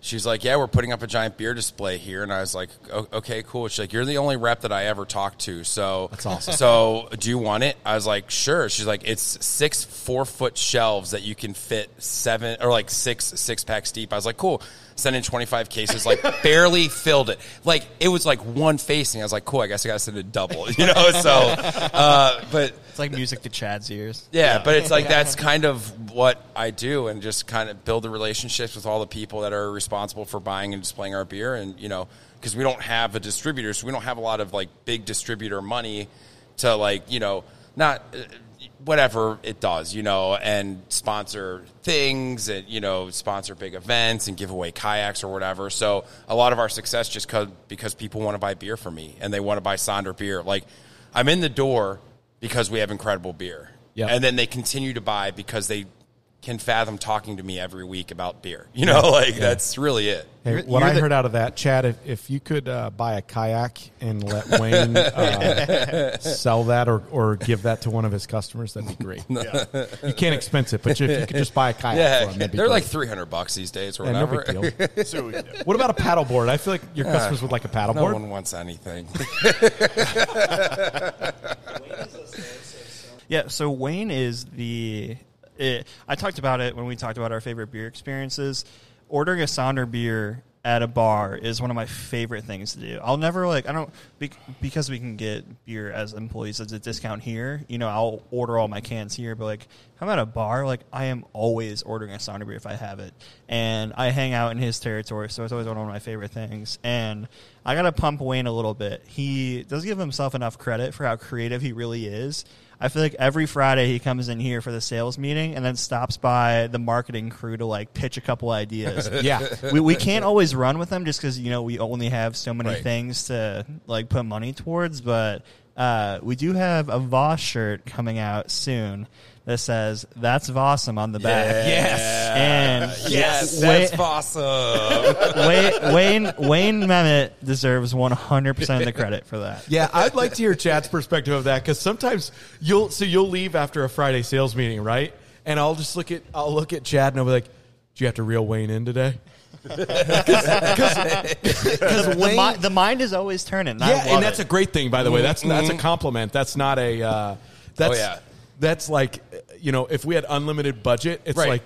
she's like, "Yeah, we're putting up a giant beer display here." And I was like, "O- "Okay, cool." She's like, "You're the only rep that I ever talked to, so that's awesome. So do you want it?" I was like, "Sure." She's like, "It's six four foot shelves that you can fit seven or like six six packs deep." I was like, "Cool." sent in 25 cases, like barely filled it. Like it was like one facing. I was like, cool, I guess I got to send a double, you know? So, uh, but It's like music to Chad's ears. yeah, but it's like that's kind of what I do, and just kind of build the relationships with all the people that are responsible for buying and displaying our beer, and you know, because we don't have a distributor, so we don't have a lot of like big distributor money to like you know not uh, whatever it does, you know, and sponsor things and you know sponsor big events and give away kayaks or whatever. So a lot of our success just cause, because people want to buy beer from me and they want to buy Sonder beer. Like I'm in the door because we have incredible beer. Yeah. And then they continue to buy because they can fathom talking to me every week about beer. You know, like that's really it. Hey, what I heard out of that, Chad, if, if you could uh, buy a kayak and let Wayne uh, sell that or, or give that to one of his customers, that'd be great. You can't expense it, but if you could just buy a kayak for Yeah. him, that'd be They're great. like 300 bucks these days or Yeah, no whatever. big deal. See what we can do. What about a paddleboard? I feel like your customers Ah, would like a no paddleboard. one wants anything. Yeah, so Wayne is the. eh, I talked about it when we talked about our favorite beer experiences. Ordering a Sonder beer at a bar is one of my favorite things to do. I'll never like I don't bec- because we can get beer as employees as a discount here. You know, I'll order all my cans here, but like if I'm at a bar, like I am always ordering a Sonder beer if I have it, and I hang out in his territory, so it's always one of my favorite things. And I gotta pump Wayne a little bit. He does give himself enough credit for how creative he really is. I feel like every Friday he comes in here for the sales meeting and then stops by the marketing crew to like pitch a couple ideas. Yeah. we, we can't always run with them just because you know we only have so many Right. things to like put money towards. But uh, we do have a Voss shirt coming out soon that says "That's Vossum" on the back. Yes, and Yes, Wayne, that's awesome. Wayne Wayne Wayne Mehmet deserves one hundred percent of the credit for that. Yeah, I'd like to hear Chad's perspective of that because sometimes you'll so you'll leave after a Friday sales meeting, right? And I'll just look at I'll look at Chad and I'll be like, "Do you have to reel Wayne in today?" Because The, mi- the mind is always turning. and I yeah, love and that's it. a great thing, by the way. That's that's a compliment. That's not a uh, that's Mm-hmm. Oh, yeah. that's like you know if we had unlimited budget, it's Right. like,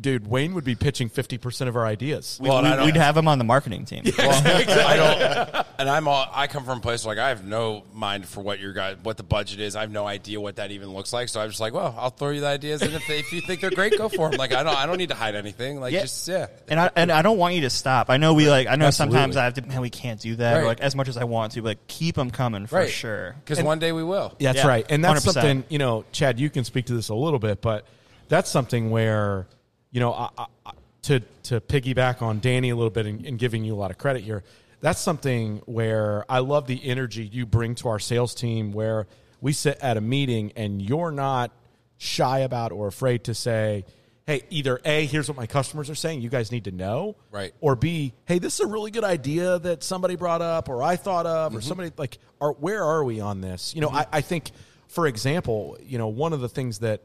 dude, Wayne would be pitching fifty percent of our ideas. Well, and I we, don't- would have him on the marketing team. Well, I don't, and I'm all, I come from a place like I have no mind for what your guy, what the budget is. I have no idea what that even looks like. So I'm just like, well, I'll throw you the ideas, and if, they, if you think they're great, go for them. Like I don't, I don't need to hide anything. Like Yeah. just yeah. And I and I don't want you to stop. I know we like. I know sometimes Absolutely. I have to. Man, we can't do that. or, Right. like as much as I want to, but like, keep them coming for Right. sure. Because one day we will. That's Yeah, right. And that's 100%. something, you know, Chad, you can speak to this a little bit, but that's something where, you know, I, I, I- to, to piggyback on Danny a little bit and, and giving you a lot of credit here, that's something where I love the energy you bring to our sales team where we sit at a meeting and you're not shy about or afraid to say, hey, either A, here's what my customers are saying, you guys need to know. Right. Or B, hey, this is a really good idea that somebody brought up or I thought of Mm-hmm. or somebody like are where are we on this? You know, I, I think for example, you know, one of the things that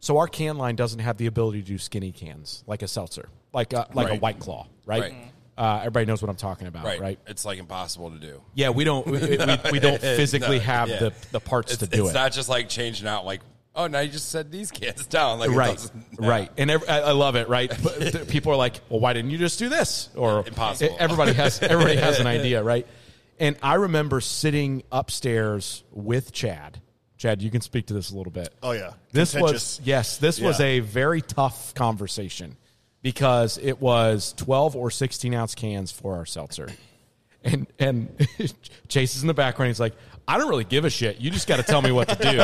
so our can line doesn't have the ability to do skinny cans like a seltzer, like a like a Right. white claw, right? Right. Uh, everybody knows what I'm talking about, Right. right? It's like impossible to do. Yeah, we don't we, we, we don't physically No, have yeah. the, the parts It's, to do it's it. not just like changing out like. Oh, now you just set these kids down. Like it right, doesn't- right, and every, I, I love it. Right, But th- people are like, "Well, why didn't you just do this?" Or e, Impossible. Everybody has everybody has an idea, right? And I remember sitting upstairs with Chad. Chad, you can speak to this a little bit. Oh, yeah. this was Contentious. yes, this was Yeah. a very tough conversation because it was twelve or sixteen ounce cans for our seltzer. And and Chase is in the background. He's like, I don't really give a shit. You just got to tell me what to do.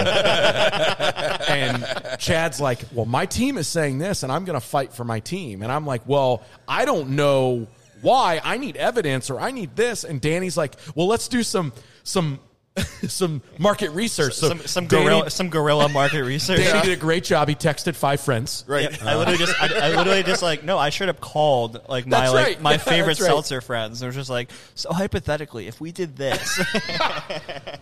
and Chad's like, "Well, my team is saying this, and I'm going to fight for my team." And I'm like, "Well, I don't know why. I need evidence, or I need this." And Danny's like, "Well, let's do some some some market research." So some some Danny, gorilla some gorilla market research. Danny did a great job. He texted five friends. Yeah, I literally just, I, I literally just like, no, I should have called like my That's like right. my Yeah, favorite that's right. seltzer friends. It was just like, so hypothetically, if we did this,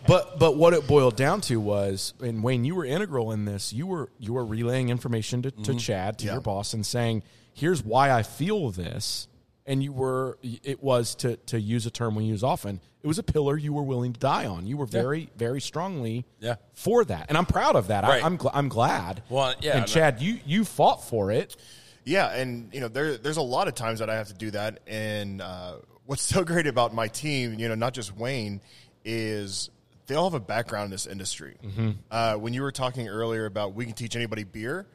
But but what it boiled down to was, and Wayne, you were integral in this. You were you were relaying information to, Mm-hmm. to Chad, to your boss, and saying, "Here's why I feel this." And you were it was to to use a term we use often. It was a pillar you were willing to die on. You were very very strongly Yeah. for that, and I'm proud of that. Right. I, I'm gl- I'm glad. Well, yeah, And and- Chad, you you fought for it. Yeah, and you know there there's a lot of times that I have to do that. And uh, what's so great about my team, you know, not just Wayne, is they all have a background in this industry. Mm-hmm. Uh, when you were talking earlier about we can teach anybody beer,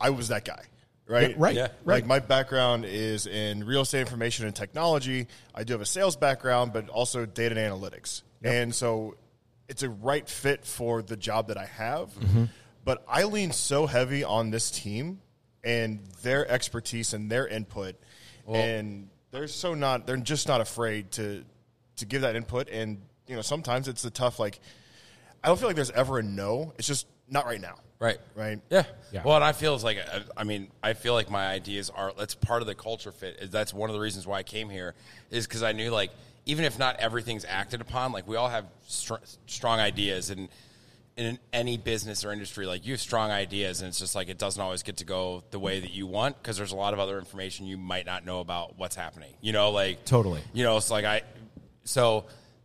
I was that guy, right? Yeah, right, Yeah. right. Like my background is in real estate information and technology. I do have a sales background, but also data and analytics, and so it's a right fit for the job that I have. Mm-hmm. But I lean so heavy on this team and their expertise and their input, and they're so not they're just not afraid to to give that input. And you know, sometimes it's a tough like. I don't feel like there's ever a no. It's just not right now. Right. Right. Yeah. Yeah. Well, and I feel it's like I- I mean I feel like my ideas are that's part of the culture fit. Is That's one of the reasons why I came here is because I knew like even if not everything's acted upon, like we all have str- strong ideas and in any business or industry, like you have strong ideas, and it's just like it doesn't always get to go the way that you want because there's a lot of other information you might not know about what's happening. You know, like Totally. You know, it's like I so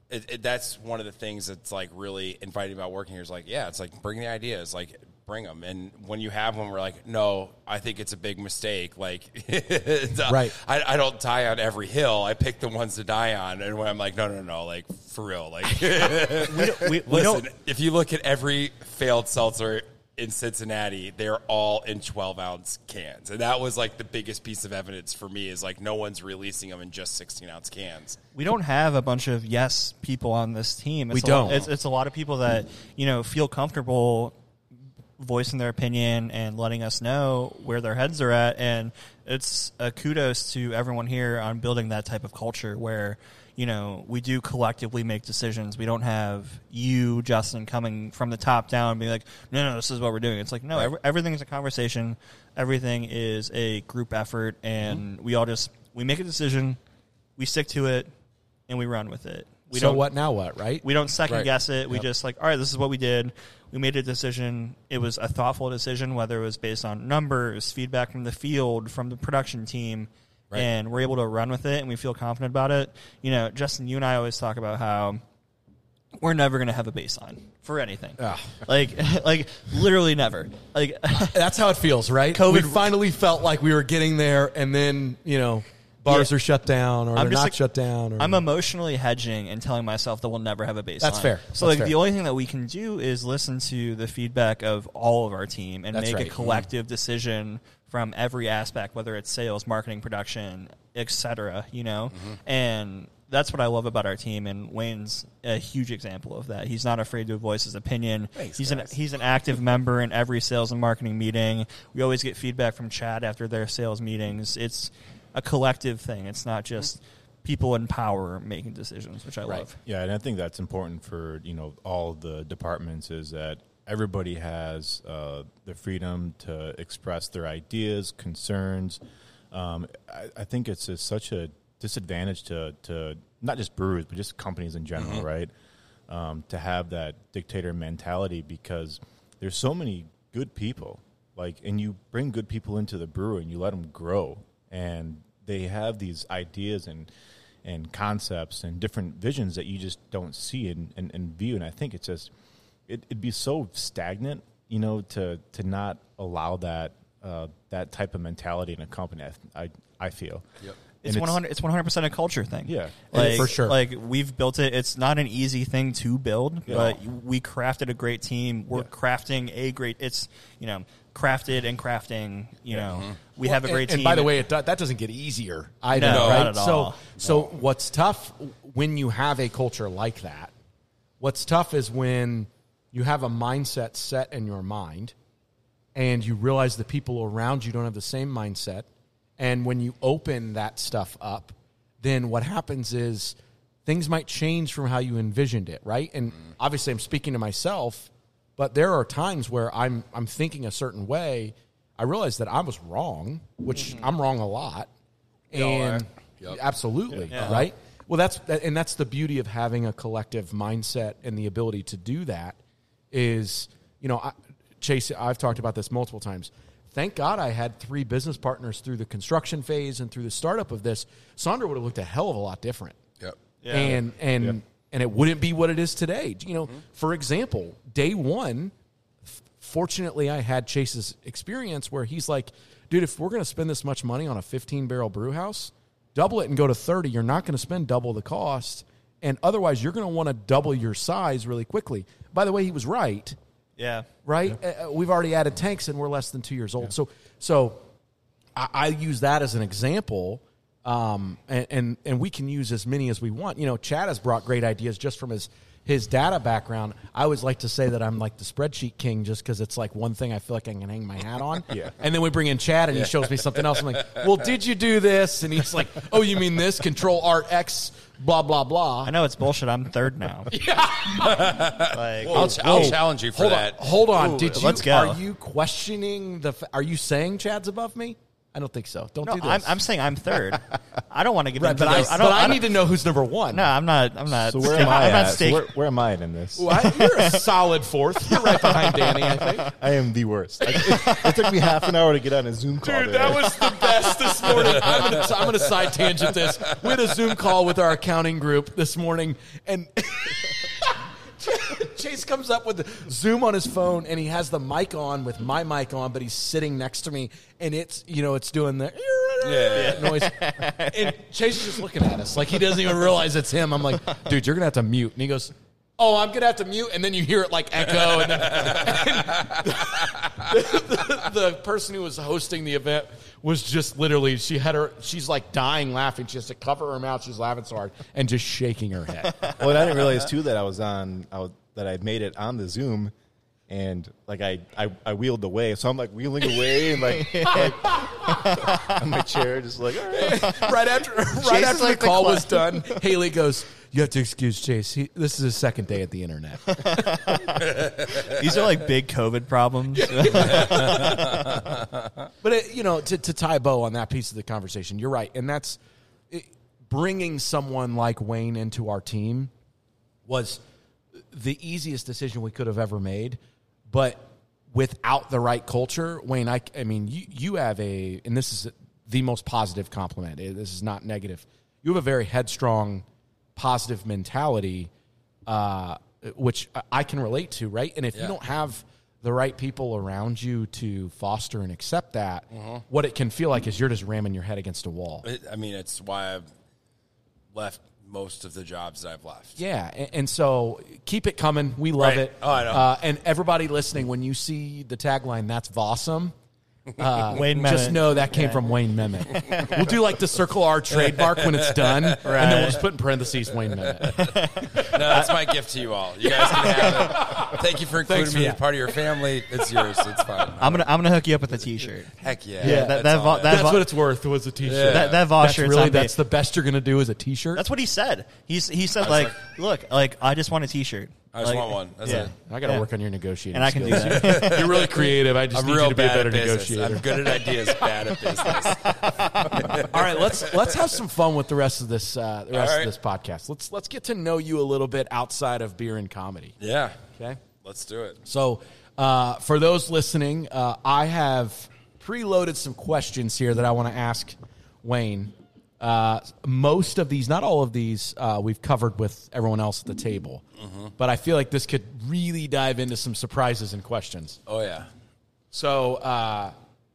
it, it, that's one of the things that's like really inviting about working here is like yeah it's like bring the ideas like bring them and when you have one we're like no i think it's a big mistake like it's, uh, Right. I, I don't die on every hill i pick the ones to die on and when i'm like no no no like for real like we, we listen don't if you look at every failed seltzer in cincinnati they're all in 12 ounce cans and that was like the biggest piece of evidence for me is like no one's releasing them in just 16 ounce cans we don't have a bunch of yes people on this team. It's We a don't. Lot, it's, it's a lot of people that you know feel comfortable voicing their opinion and letting us know where their heads are at. And it's a kudos to everyone here on building that type of culture where you know we do collectively make decisions. We don't have you, Justin, coming from the top down and being like, "No, no, this is what we're doing." It's like, no, every, everything's a conversation. Everything is a group effort, and Mm-hmm. we all just we make a decision, we stick to it, and we run with it. We so don't what now? What right? we don't second Right. guess it. We just like, all right, this is what we did. We made a decision. It was a thoughtful decision, whether it was based on numbers, feedback from the field, from the production team, and we're able to run with it and we feel confident about it. You know, Justin, you and I always talk about how we're never going to have a baseline for anything. Like, like literally never. Like, Ah. That's how it feels, right? We COVID- finally felt like we were getting there, and then you know, bars Yeah. are shut down or I'm they're just not like- shut down. Or, I'm emotionally hedging and telling myself that we'll never have a baseline. That's fair. So like That's the fair. only thing that we can do is listen to the feedback of all of our team and That's make right. a collective decision from every aspect, whether it's sales, marketing, production, etc. You know, and that's what I love about our team. And Wayne's a huge example of that. He's not afraid to voice his opinion. he's an he's an active member in every sales and marketing meeting. We always get feedback from Chad after their sales meetings. It's a collective thing. It's not just people in power making decisions, which I love. Yeah, and I think that's important for you know all the departments is that everybody has uh, the freedom to express their ideas, concerns. Um, I, I think it's a, such a disadvantage to to not just brewers but just companies in general, right? Um, to have that dictator mentality because there's so many good people, like, and you bring good people into the brewer and you let them grow, and they have these ideas and and concepts and different visions that you just don't see and, and, and view. And I think it's just, it, it'd be so stagnant, you know, to, to not allow that, uh, that type of mentality in a company. I, I, I feel. Yep. It's one hundred. It's one hundred percent a culture thing. Yeah. And like, it's- For sure. Like we've built it. It's not an easy thing to build, but we crafted a great team. We're crafting a great. It's you know crafted and crafting. You know we have a And- great Mm-hmm. and, team. by the way, it do, that doesn't get easier either. No, right? not at all. So, so what's tough when you have a culture like that? What's tough is when you have a mindset set in your mind, and you realize the people around you don't have the same mindset, and when you open that stuff up, then what happens is things might change from how you envisioned it, right? And Mm-hmm. obviously, I'm speaking to myself, but there are times where I'm I'm thinking a certain way. I realize that I was wrong, which Mm-hmm. I'm wrong a lot, and absolutely right. Well, that's that- and that's the beauty of having a collective mindset and the ability to do that is you know I, Chase. I've talked about this multiple times. Thank God I had three business partners through the construction phase and through the startup of this. Sandra would have looked a hell of a lot different yep and and and it wouldn't be what it is today. You know, for example, day one, f- fortunately, I had Chase's experience where he's like, dude, if we're going to spend this much money on a 15 barrel brew house, double it and go to 30. You're not going to spend double the cost. And otherwise, you're going to want to double your size really quickly. By the way, he was right Yeah. right? Uh, uh, we've already added tanks, and we're less than two years old. So, so I, I use that as an example, um, and, and and we can use as many as we want. You know, Chad has brought great ideas just from his his data background. I always like to say that I'm like the spreadsheet king, just because it's like one thing I feel like I can hang my hat on. yeah. And then we bring in Chad, and he shows me something else. I'm like, well, did you do this? And he's like, oh, you mean this? Control R X. Blah blah blah. I know it's bullshit. I'm third now. like, I'll, ch- I'll challenge you for Oh, Hold that. on, hold on. Did you? let's go. Are you questioning the? F- are you saying Chad's above me? I don't think so. Don't no, do this. I'm, I'm saying I'm third. I don't want to give Right, into but I, this. but don't, I don't- need to know who's number one. No, I'm not. I'm not. So where staking- am I I'm at? not So staking. where, where am I at in this? What? You're a solid fourth. You're right behind Danny. I think. I am the worst. I- it, it took me half an hour to get on a Zoom call. Dude, today. that was the best this morning. I'm gonna, I'm gonna side tangent this. We had a Zoom call with our accounting group this morning, and Chase comes up with Zoom on his phone, and he has the mic on with my mic on, but he's sitting next to me, and it's you know it's doing the Yeah. noise, and Chase is just looking at us like he doesn't even realize it's him. I'm like, dude, you're gonna have to mute, and he goes. Oh, I'm gonna have to mute, and then you hear it like echo, and then the person who was hosting the event was just literally she had her she's like dying laughing she has to cover her mouth she's laughing so hard and just shaking her head well, and I didn't realize too that I was on I was, that I made it on the Zoom, and like I, I I wheeled away, so I'm like wheeling away and like, like on my chair, just like all right. right after right Chase after is like the the call was done haley goes you have to excuse chase he, this is his second day at the internet These are like big COVID problems. But it, you know, to, to tie a bow on that piece of the conversation, you're right, and that's it, bringing someone like Wayne into our team was the easiest decision we could have ever made. But without the right culture, Wayne, I, I mean, you you have a, and this is the most positive compliment. eh, This is not negative. You have a very headstrong, positive mentality, uh, which I- I can relate to, right? And if you Yeah. don't have the right people around you to foster and accept that, what it can feel like is you're just ramming your head against a wall. It- I mean, it's why I've left most of the jobs that I've left. Yeah, a- and, so keep it coming. We love Right. it. Oh, I know. Uh, and everybody listening, when you see the tagline, "That's awesome," Wayne just Mennett. know that came from Wayne Memmott. we'll do like the Circle R trademark when it's done, and then we'll just put in parentheses Wayne Memmott. No, that's my gift to you all. You guys can have it. Thank you for including Thanks for me that. as part of your family. It's yours. It's fine. I'm gonna I'm gonna hook you up with a T-shirt. Heck yeah. Yeah, that- That's that all vo- I- that- That's what it's worth. Was a T-shirt. That that Voss that's shirt's really on me. that's the best you're gonna do is a T-shirt. That's what he said. He's he said like, look, like I just want a T-shirt. I just Like, want one. That's it. I got to Yeah. work on your negotiating. and I can do skills. that. You're really creative. I just I'm need real you to be a bad better at business. negotiator. I'm good at ideas, bad at business. All right, let's let's have some fun with the rest of this uh, the rest right. of this podcast. Let's let's get to know you a little bit outside of beer and comedy. Yeah. Okay. Let's do it. So, uh, for those listening, uh, I have preloaded some questions here that I want to ask Wayne. Uh, most of these, not all of these, uh, we've covered with everyone else at the table, Mm-hmm. but I feel like this could really dive into some surprises and questions. Oh, yeah. So uh,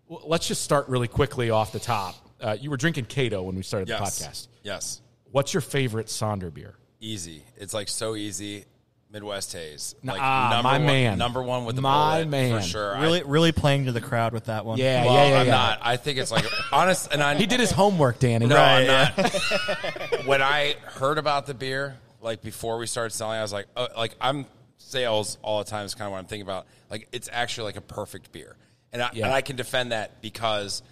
w- let's just start really quickly off the top. Uh, you were drinking Cato when we started Yes. the podcast. Yes. What's your favorite Sonder beer? Easy. It's like so easy. Midwest haze. Like Ah, number my one, man. Number one with the My bullet, man. For sure. I- Really, really playing to the crowd with that one. Yeah, well, yeah, yeah. I'm yeah. not. I think it's like honest. And I He did his homework, Danny. No, Right, I'm not. when I heard about the beer, like before we started selling, I was like, oh, like I'm sales all the time is kind of what I'm thinking about. Like it's actually like a perfect beer, and I, Yeah. and I can defend that because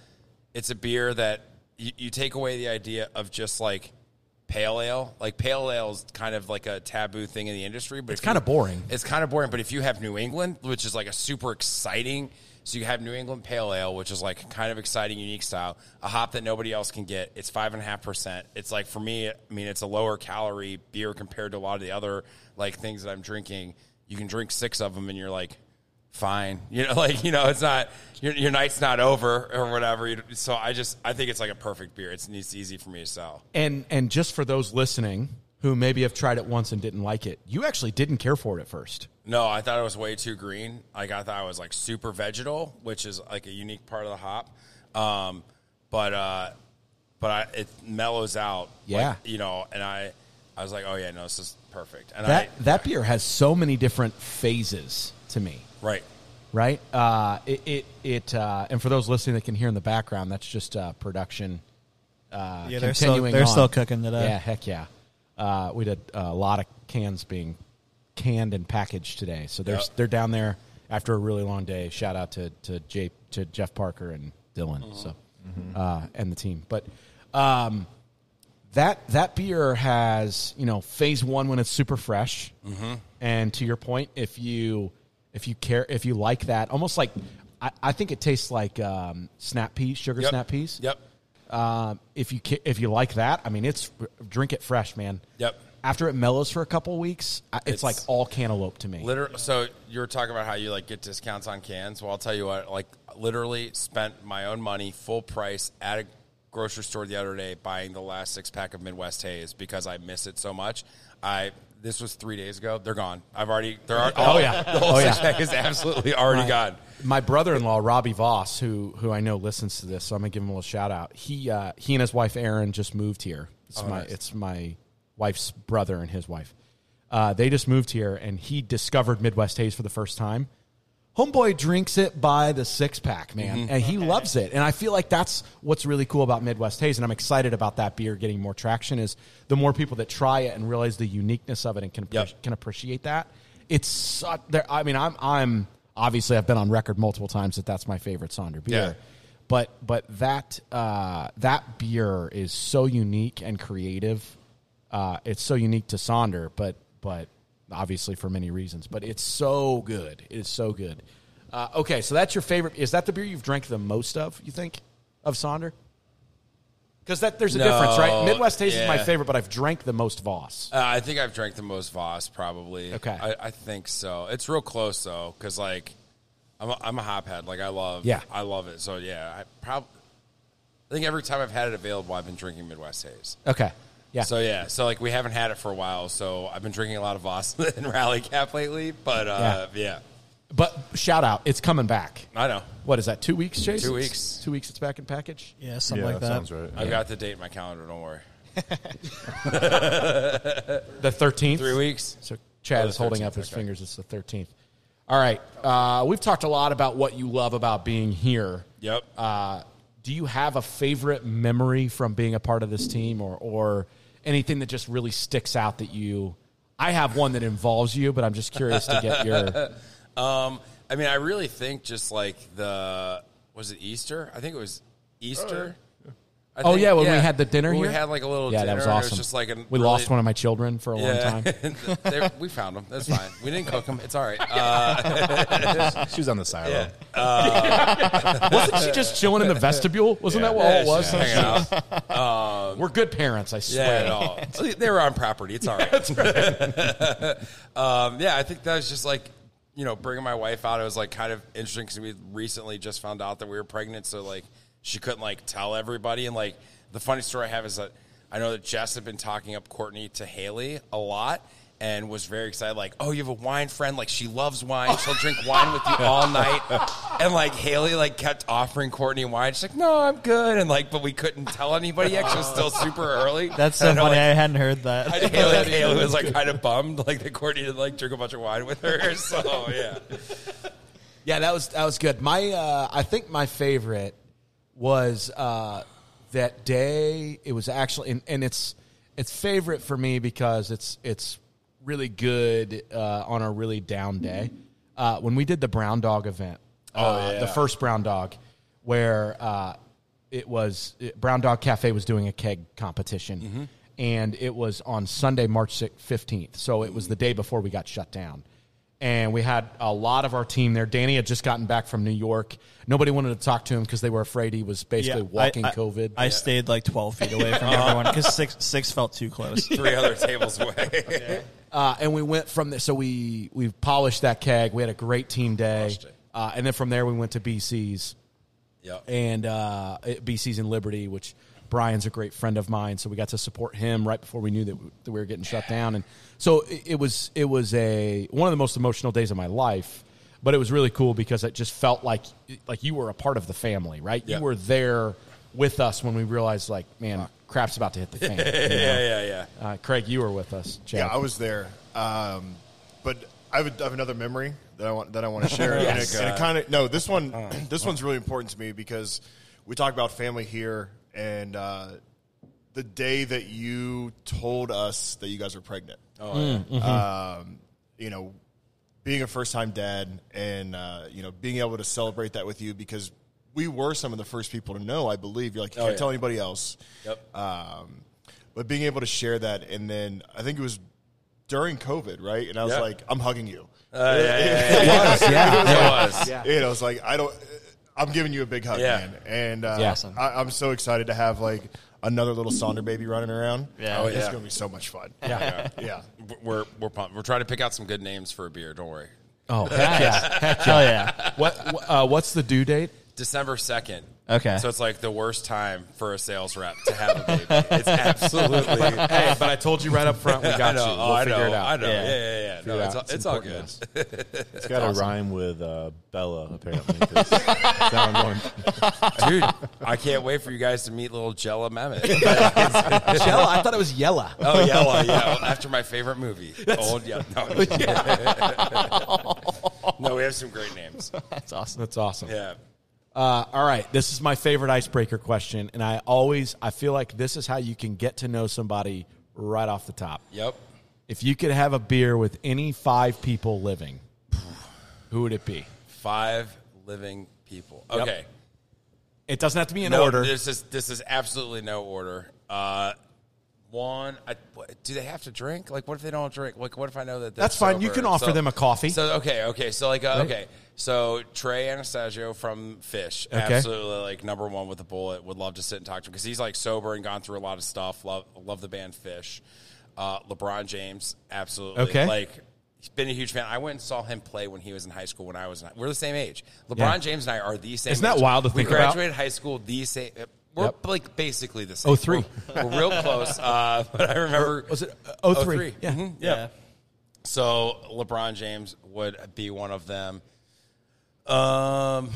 it's a beer that you, you take away the idea of just like pale ale. Like pale ale is kind of like a taboo thing in the industry, but It's if you- kinda boring. It's kind of boring. But if you have New England, which is like a super exciting, so you have New England Pale Ale, which is like kind of exciting, unique style, a hop that nobody else can get. It's five and a half percent. It's like for me, I mean, it's a lower calorie beer compared to a lot of the other like things that I'm drinking. You can drink six of them, and you're like, fine. You know, like you know, it's not your, your night's not over or whatever. You- So I just I think it's like a perfect beer. It's, it's easy for me to sell. And and just for those listening who maybe have tried it once and didn't like it, you actually didn't care for it at first. No, I thought it was way too green. Like I thought it was like super vegetal, which is like a unique part of the hop. Um, but uh, but I, it mellows out. Yeah. like, you know, and I I was like, oh yeah, no, this is perfect. And That I that beer has so many different phases to me, right, right? Uh, it it, it uh, and for those listening that can hear in the background, that's just uh, production. Uh, Yeah, they're still- continuing they're on. still cooking today. Yeah, heck yeah. Uh, we did a lot of cans being canned and packaged today, so they're Yep. they're down there after a really long day. Shout out to to Jay, to Jeff Parker and Dylan, Mm-hmm. so uh, and the team, but. Um, that that beer has you know phase one when it's super fresh, Mm-hmm. and to your point, if you if you care if you like that, almost like I, I think it tastes like um, snap peas, sugar Yep. snap peas. Yep, Um, if you ca- if you like that, I mean, it's drink it fresh, man. Yep. After it mellows for a couple weeks, I- it's, It's- like all cantaloupe to me. literally. So you were talking about how you like get discounts on cans. Well, I'll tell you what. Like literally spent my own money, full price at a grocery store the other day buying the last six pack of Midwest Haze because I miss it so much. I this was three days ago. They're gone. I've already. They're al- Oh, yeah. The whole Oh, six yeah. pack is absolutely already gone. My brother-in-law Robbie Voss, who who I know listens to this, so I'm gonna give him a little shout out. He uh, he and his wife Erin just moved here. It's my it's my wife's brother and his wife. Uh, they just moved here, and he discovered Midwest Haze for the first time. Homeboy drinks it by the six pack, man, and he loves it. And I feel like that's what's really cool about Midwest Haze, and I'm excited about that beer getting more traction. Is the more people that try it and realize the uniqueness of it and can appre- Yep. can appreciate that, it's such. There, I mean, I'm I'm obviously I've been on record multiple times that that's my favorite Sonder beer, Yeah. but but that uh, that beer is so unique and creative. Uh, it's so unique to Sonder, but but obviously for many reasons. But it's so good. It is so good. Uh, okay, so that's your favorite. Is that the beer you've drank the most of? You think of Sonder? Because that there's a No, difference, right? Midwest Taste is my yeah. favorite, but I've drank the most Voss. Uh, I think I've drank the most Voss probably. Okay. I, I think so. It's real close though, because like I'm a, I'm a hophead. Like I love Yeah. I love it. So yeah, I probably I think every time I've had it available, I've been drinking Midwest Haze. Okay, yeah. Uh, So yeah, so like we haven't had it for a while, so I've been drinking a lot of Voss and Rally Cap lately. But uh, yeah. but shout out, it's coming back. I know. What is that? Two weeks, Jason? Two weeks. Two weeks. It's back in package. Yeah, something yeah, like that. sounds right. I've got the date in my calendar. Don't worry. The thirteenth. Three weeks. So Chad Oh, the is holding 13th, up his okay. fingers. It's the thirteenth. All right. Uh, we've talked a lot about what you love about being here. Yep. Uh, do you have a favorite memory from being a part of this team, or or anything that just really sticks out that you? I have one that involves you, but I'm just curious to get your. Um, I mean, I really think just like the was it Easter? I think it was Easter. I Oh think- yeah, when we had the dinner When here, we had like a little yeah, dinner. that was and awesome. It was just like an we lost one of my children for a long time. they, we found them. That's fine. We didn't cook them. It's all right. Uh, She was on the silo. Wasn't she just chilling in the vestibule? Wasn't that what all Oh, it was? hanging out. We're good parents, I Yeah, swear. at all. They were on property. It's all right. um, yeah, I think that was just like, you know, bringing my wife out. It was like kind of interesting because we recently just found out that we were pregnant. So, like, she couldn't, like, tell everybody. And, like, the funny story I have is that I know that Jess had been talking up Courtney to Haley a lot. And was very excited, like, oh, you have a wine friend. Like, she loves wine. She'll drink wine with you all night. And like Haley, like, kept offering Courtney wine. She's like, no, I'm good. And like, but we couldn't tell anybody yet. 'cause It was still super early. That's so And I know, funny. like, I hadn't heard that. I think Haley, Haley was like kind of bummed, like that Courtney didn't like drink a bunch of wine with her. So yeah, Yeah, that was that was good. My uh, I think my favorite was uh, that day. It was actually and, and it's it's favorite for me because it's it's really good uh, on a really down day. Uh, when we did the Brown Dog event, uh, the first Brown Dog, where uh, it was it, Brown Dog Cafe was doing a keg competition, and it was on Sunday, March fifteenth. So it was the day before we got shut down and we had a lot of our team there. Danny had just gotten back from New York. Nobody wanted to talk to him because they were afraid he was basically walking I, I, COVID. I stayed like 12 feet away from everyone because six, six felt too close. three other tables away. uh, and we went from there. So we we polished that keg. We had a great team day, Polished it. uh, and then from there we went to BC's Yep. and uh, BC's in Liberty, which Brian's a great friend of mine, so we got to support him right before we knew that we, that we were getting shut down. And so it, it was it was a one of the most emotional days of my life. But it was really cool because it just felt like like you were a part of the family, right? Yeah. You were there with us when we realized, like, man, crap's about to hit the fan. you know? Yeah, yeah, yeah. Uh, Craig, you were with us. Chad. Yeah, I was there. Um, but I have, I have another memory that I want that I want to share. Yes. And it, kind of no, this one this one's really important to me because we talk about family here, and uh, the day that you told us that you guys were pregnant. Oh yeah. Um, you know, being a first time dad, and uh, you know, being able to celebrate that with you because. We were some of the first people to know, I believe. You're like, you Oh, can't yeah. tell anybody else. Yep. Um, but being able to share that, and then I think it was during COVID, right? And I was Yeah. like, I'm hugging you. Uh, yeah, yeah, yeah. It was. You know, it's like I don't. I'm giving you a big hug, Yeah. man. And uh, Yeah. Awesome. I, I'm so excited to have like another little Sonder baby running around. Yeah. Oh, It's yeah. gonna be so much fun. Yeah. yeah. We're we're pumped. We're trying to pick out some good names for a beer. Don't worry. Oh, heck yeah. Heck yeah. Hell yeah. What, uh, what's the due date? December second. Okay. So it's like the worst time for a sales rep to have a baby. It's absolutely. Hey, but I told you right up front we I got know. you. We'll oh, I know. figure it out. I know. Yeah, Yeah. yeah, yeah. No, it it's, out. all- It's it's all good. important It's got to rhyme with uh, Bella, apparently. 'cause that's how I'm going. Dude, I can't wait for you guys to meet little Jella Mehmet. Jella, I thought it was Yella. oh, Yella, yeah. After my favorite movie. Old yeah. No, I'm just kidding. no, we have some great names. That's awesome. That's awesome. Yeah. Uh, all right, this is my favorite icebreaker question, and I always I feel like this is how you can get to know somebody right off the top. Yep. If you could have a beer with any five people living, who would it be? Five living people. Okay. It doesn't have to be in no, order. This is this is absolutely no order. Uh, one, I, what- do they have to drink? Like, what if they don't drink? Like, what if I know that they're That's fine. You sober? can offer them a coffee. So okay, okay. So like, uh, okay. So Trey Anastasio from Fish, Okay. absolutely like number one with a bullet. Would love to sit and talk to him because he's like sober and gone through a lot of stuff. Love love the band Fish. Uh, LeBron James, absolutely. Okay. like. He's been a huge fan. I went and saw him play when he was in high school. When I was, in, we're the same age. LeBron Yeah. James and I are the same. Isn't that age. wild to we think about? graduated high school the same. We're Yep. like basically the same. Oh, three. We're, we're real close. Uh, but I remember Was it oh three? Yeah. Mhm, yeah. So LeBron James would be one of them. Um.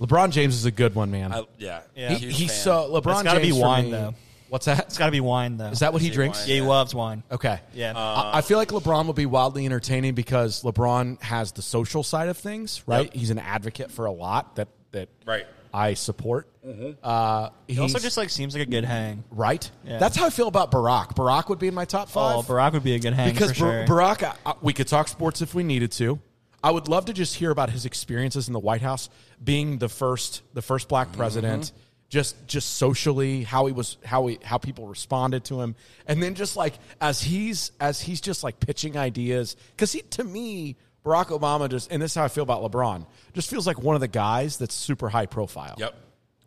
LeBron James is a good one, man. I, yeah. Yeah. he, Huge he's fan. so LeBron It's gotta James be for wine, me- though. What's that? It's got to be wine, though. Is that what he Is it drinks? wine? Yeah, Uh, he loves wine. Okay. Yeah. I I feel like LeBron will be wildly entertaining because LeBron has the social side of things, right? He's an advocate for a lot that that Right. I support. Uh, he's Mm-hmm. he also just like seems like a good hang. right. Yeah. That's how I feel about Barack. Barack would be in my top Oh, five Barack would be a good hang because for sure. Bar- Barack. I, I, we could talk sports if we needed to. I would love to just hear about his experiences in the White House, being the first the first black president. Just just socially, how he was, how he how people responded to him, and then just like as he's as he's just like pitching ideas, because he to me. Barack Obama just, and this is how I feel about LeBron. Just feels like one of the guys that's super high profile. Yep.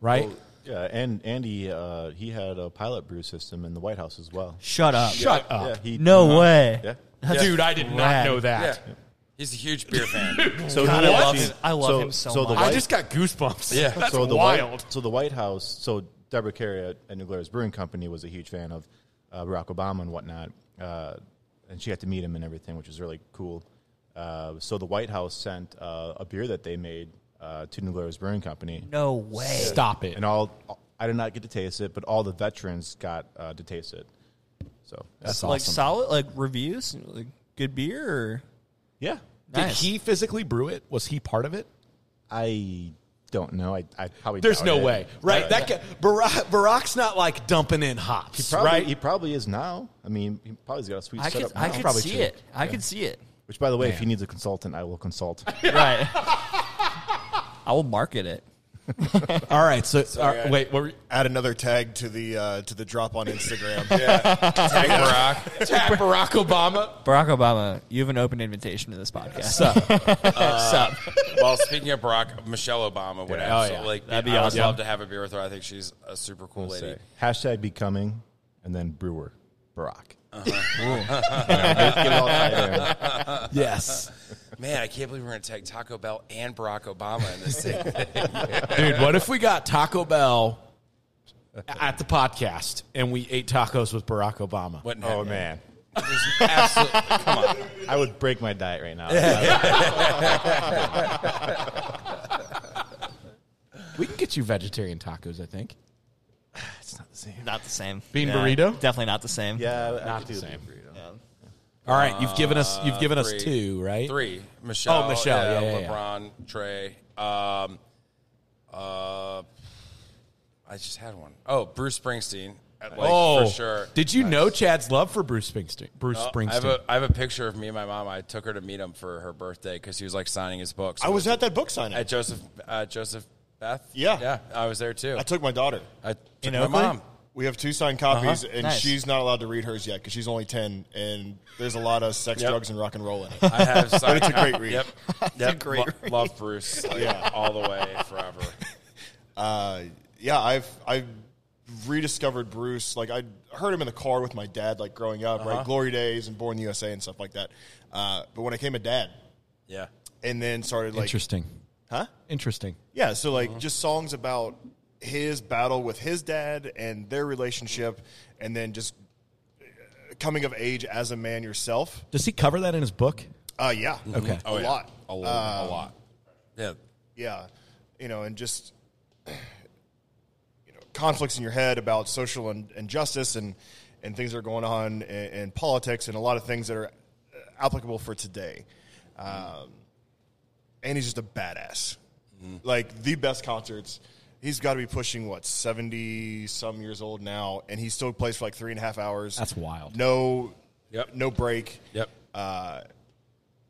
Right. Yeah, and Andy, uh, he had a pilot brew system in the White House as well. Shut up. Shut up, Yeah, he, No uh-huh. way. Yeah. dude! I did not Rad. know Yeah. that. He's a huge beer fan. So God, he I love actually- him. I love him so the much. I White- just got goosebumps. Yeah. that's so the wild. White, so the White House, so Deborah Carey at, at New Glarus Brewing Company was a huge fan of uh, Barack Obama and whatnot, uh, and she got to meet him and everything, which was really cool. Uh, so the White House sent uh, a beer that they made uh, to New Glarus Brewing Company, No way. Stop it. and all I did not get to taste it, but all the veterans got uh, to taste it. So That's Like awesome. solid, like reviews, like good beer. Or... yeah, Did Nice. he physically brew it? Was he part of it? I don't know. I, I probably There's doubt no it. Uh, way, right? That guy, Barack, Barack's not like dumping in hops, Probably, right? Oh, He probably is now. I mean, he probably's got a sweet I could, setup. I now. could Probably see true. it. I could see it. Which, by the way, if he needs a consultant, I will consult. Right. I will market it. all right, so uh, all right, I- wait, what were you- Add another tag to the uh, to the drop on Instagram. Tag Barack. attack Barack Obama? Barack Obama, you have an open invitation to this podcast. Sup? Well, speaking of Barack, Michelle Obama would Yeah. Oh, absolutely yeah. like. That'd be I would awesome. love to have a beer with her. I think she's a super cool lady. Hashtag becoming, and then brewer Barack. Yes, Man, I can't believe we're gonna tag Taco Bell Oh. and Barack Obama in this thing. dude. What if we got Taco Bell, at the podcast, and we ate tacos with Barack Obama. What in Oh heck? man, Absolutely. Come on. I would break my diet right now. We can get you vegetarian tacos, I think. it's not the same. Not the same. Bean burrito? Definitely not the same. Yeah, I Not could the do a same. beef burrito. All right, you've given us you've given us Uh, three. two, right? Three. Michelle. Oh, Michelle. Yeah, yeah, yeah. LeBron, Trey. Um, uh, I just had one. Oh, Bruce Springsteen. Like, oh, for sure. Did you know Chad's love for Bruce Springsteen? Bruce Uh, Springsteen. I have, a, I have a picture of me and my mom. I took her to meet him for her birthday because he was like signing his books. I was at that book signing. at Joseph uh, Joseph Beth. Yeah. yeah, I was there too. I took my daughter. I took In my Oakley? mom. Uh-huh. We have two signed copies, and Nice. she's not allowed to read hers yet because she's only ten, and there's a lot of sex, Yep. drugs, and rock and roll in it. I have. Sorry, it's a great read. Yep, yep. great Lo- read. Love Bruce. Like, all the way forever. uh, yeah, I've I've rediscovered Bruce. Like I heard him in the car with my dad, like growing up, Uh-huh. right? Glory days and Born USA and stuff like that. Uh, but when I came a dad, Yeah, and then started like, Interesting. huh? Interesting. Yeah, so Uh-huh. like just songs about his battle with his dad and their relationship, and then just uh, coming of age as a man yourself. Does he cover that in his book? Uh, yeah, Mm-hmm. Okay. a Oh, yeah. lot, a lot, Um, a lot. Yeah, yeah, you know, and just you know conflicts in your head about social in- injustice and and things that are going on in, in politics and a lot of things that are uh, applicable for today. Um, and he's just a badass, Mm-hmm. like the best concerts. He's got to be pushing what seventy some years old now, and he still plays for like three and a half hours. That's wild. No, Yep. no break. yep.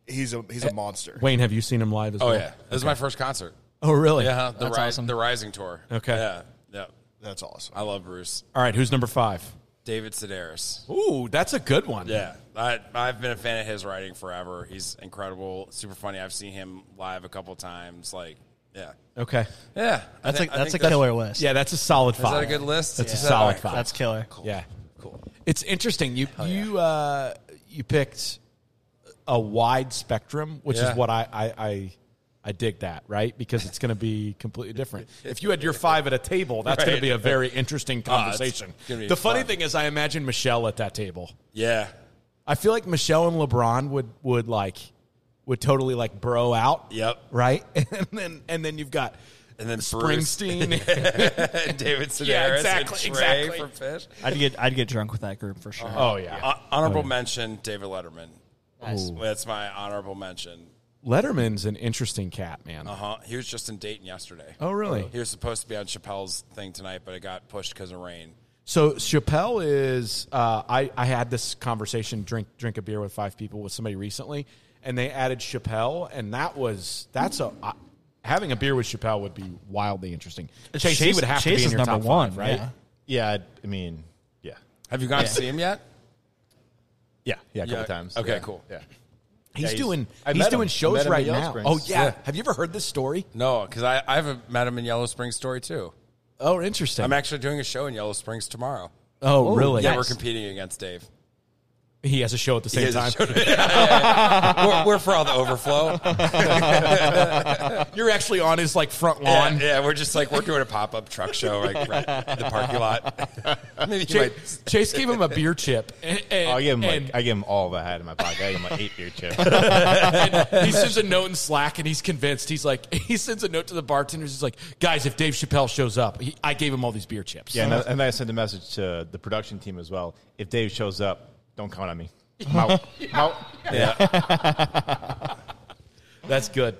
He's a Eh, he's a monster. Wayne, have you seen him live as oh well? yeah, this is my first concert. Oh really? Yeah, the That's rise, awesome. the Rising tour. Okay. Yeah, yeah. That's awesome. I love Bruce. All right, who's number five? David Sedaris. Ooh, that's a good one. Yeah, I, I've been a fan of his writing forever. He's incredible, super funny. I've seen him live a couple times. Like, yeah, Okay. yeah. That's a that's a killer list. Yeah, that's a solid that five. a good list? That's Yeah. a solid Alright, five. That's killer. yeah. Cool. It's interesting. You you uh, you picked a wide spectrum, which Yeah. is what I I, I I dig that right because it's going to be completely different. If you had your five at a table, that's going to Right. be a very interesting Ah, it's conversation. gonna be the funny fun. thing is, I imagine Michelle at that table. Yeah, I feel like Michelle and LeBron would would like would totally like bro out. Yep. Right, and then and then you've got and then Bruce Springsteen. and David Sedaris exactly, and Trey exactly. from Fish. I'd get I'd get drunk with that group for sure. oh yeah. Uh, honorable mention: David Letterman. Nice. That's my honorable mention. Letterman's an interesting cat, man. Uh huh. He was just in Dayton yesterday. Oh, really? He was supposed to be on Chappelle's thing tonight, but it got pushed because of rain. So Chappelle is. Uh, I I had this conversation drink drink a beer with five people with somebody recently, and they added Chappelle, and that was that's a. I, Having a beer with Chappelle would be wildly interesting. Chase, he Chase- would have to Chase be in is your number top one, five, right? yeah. Yeah, I, I mean, yeah, Have you gone to see him yet? yeah, yeah. A couple Yeah. times. Okay, Yeah. cool. Yeah. He's, he's- doing I he's met him. doing I met shows him at right Yellow now. Springs. Oh yeah. Yeah. have you ever heard this story? No, because I, I haven't met him in Yellow Springs story too. Oh, interesting. I'm actually doing a show in Yellow Springs tomorrow. oh, really? Yeah, we're competing against Dave. he has a show at the same He time. has a show- Yeah, yeah, yeah. We're, we're for all the overflow. You're actually on his like front lawn. Yeah, yeah, we're just like we're doing a pop up truck show like right in the parking lot. Maybe he might. Chase, Chase gave him a beer chip. And, and- I give him and- like I give him all I had in my pocket. I gave him like eight beer chips. he sends a note in Slack, and he's convinced. He's like, he sends a note to the bartenders. He's like, guys, if Dave Chappelle shows up, he, I gave him all these beer chips. Yeah, and, I, and I sent a message to the production team as well. If Dave shows up, don't count on me. I'm out. I'm out. that's good.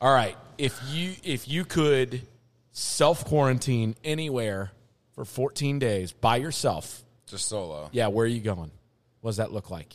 All right, if you if you could self quarantine anywhere for 14 days by yourself, Just solo. yeah, where are you going? What does that look like?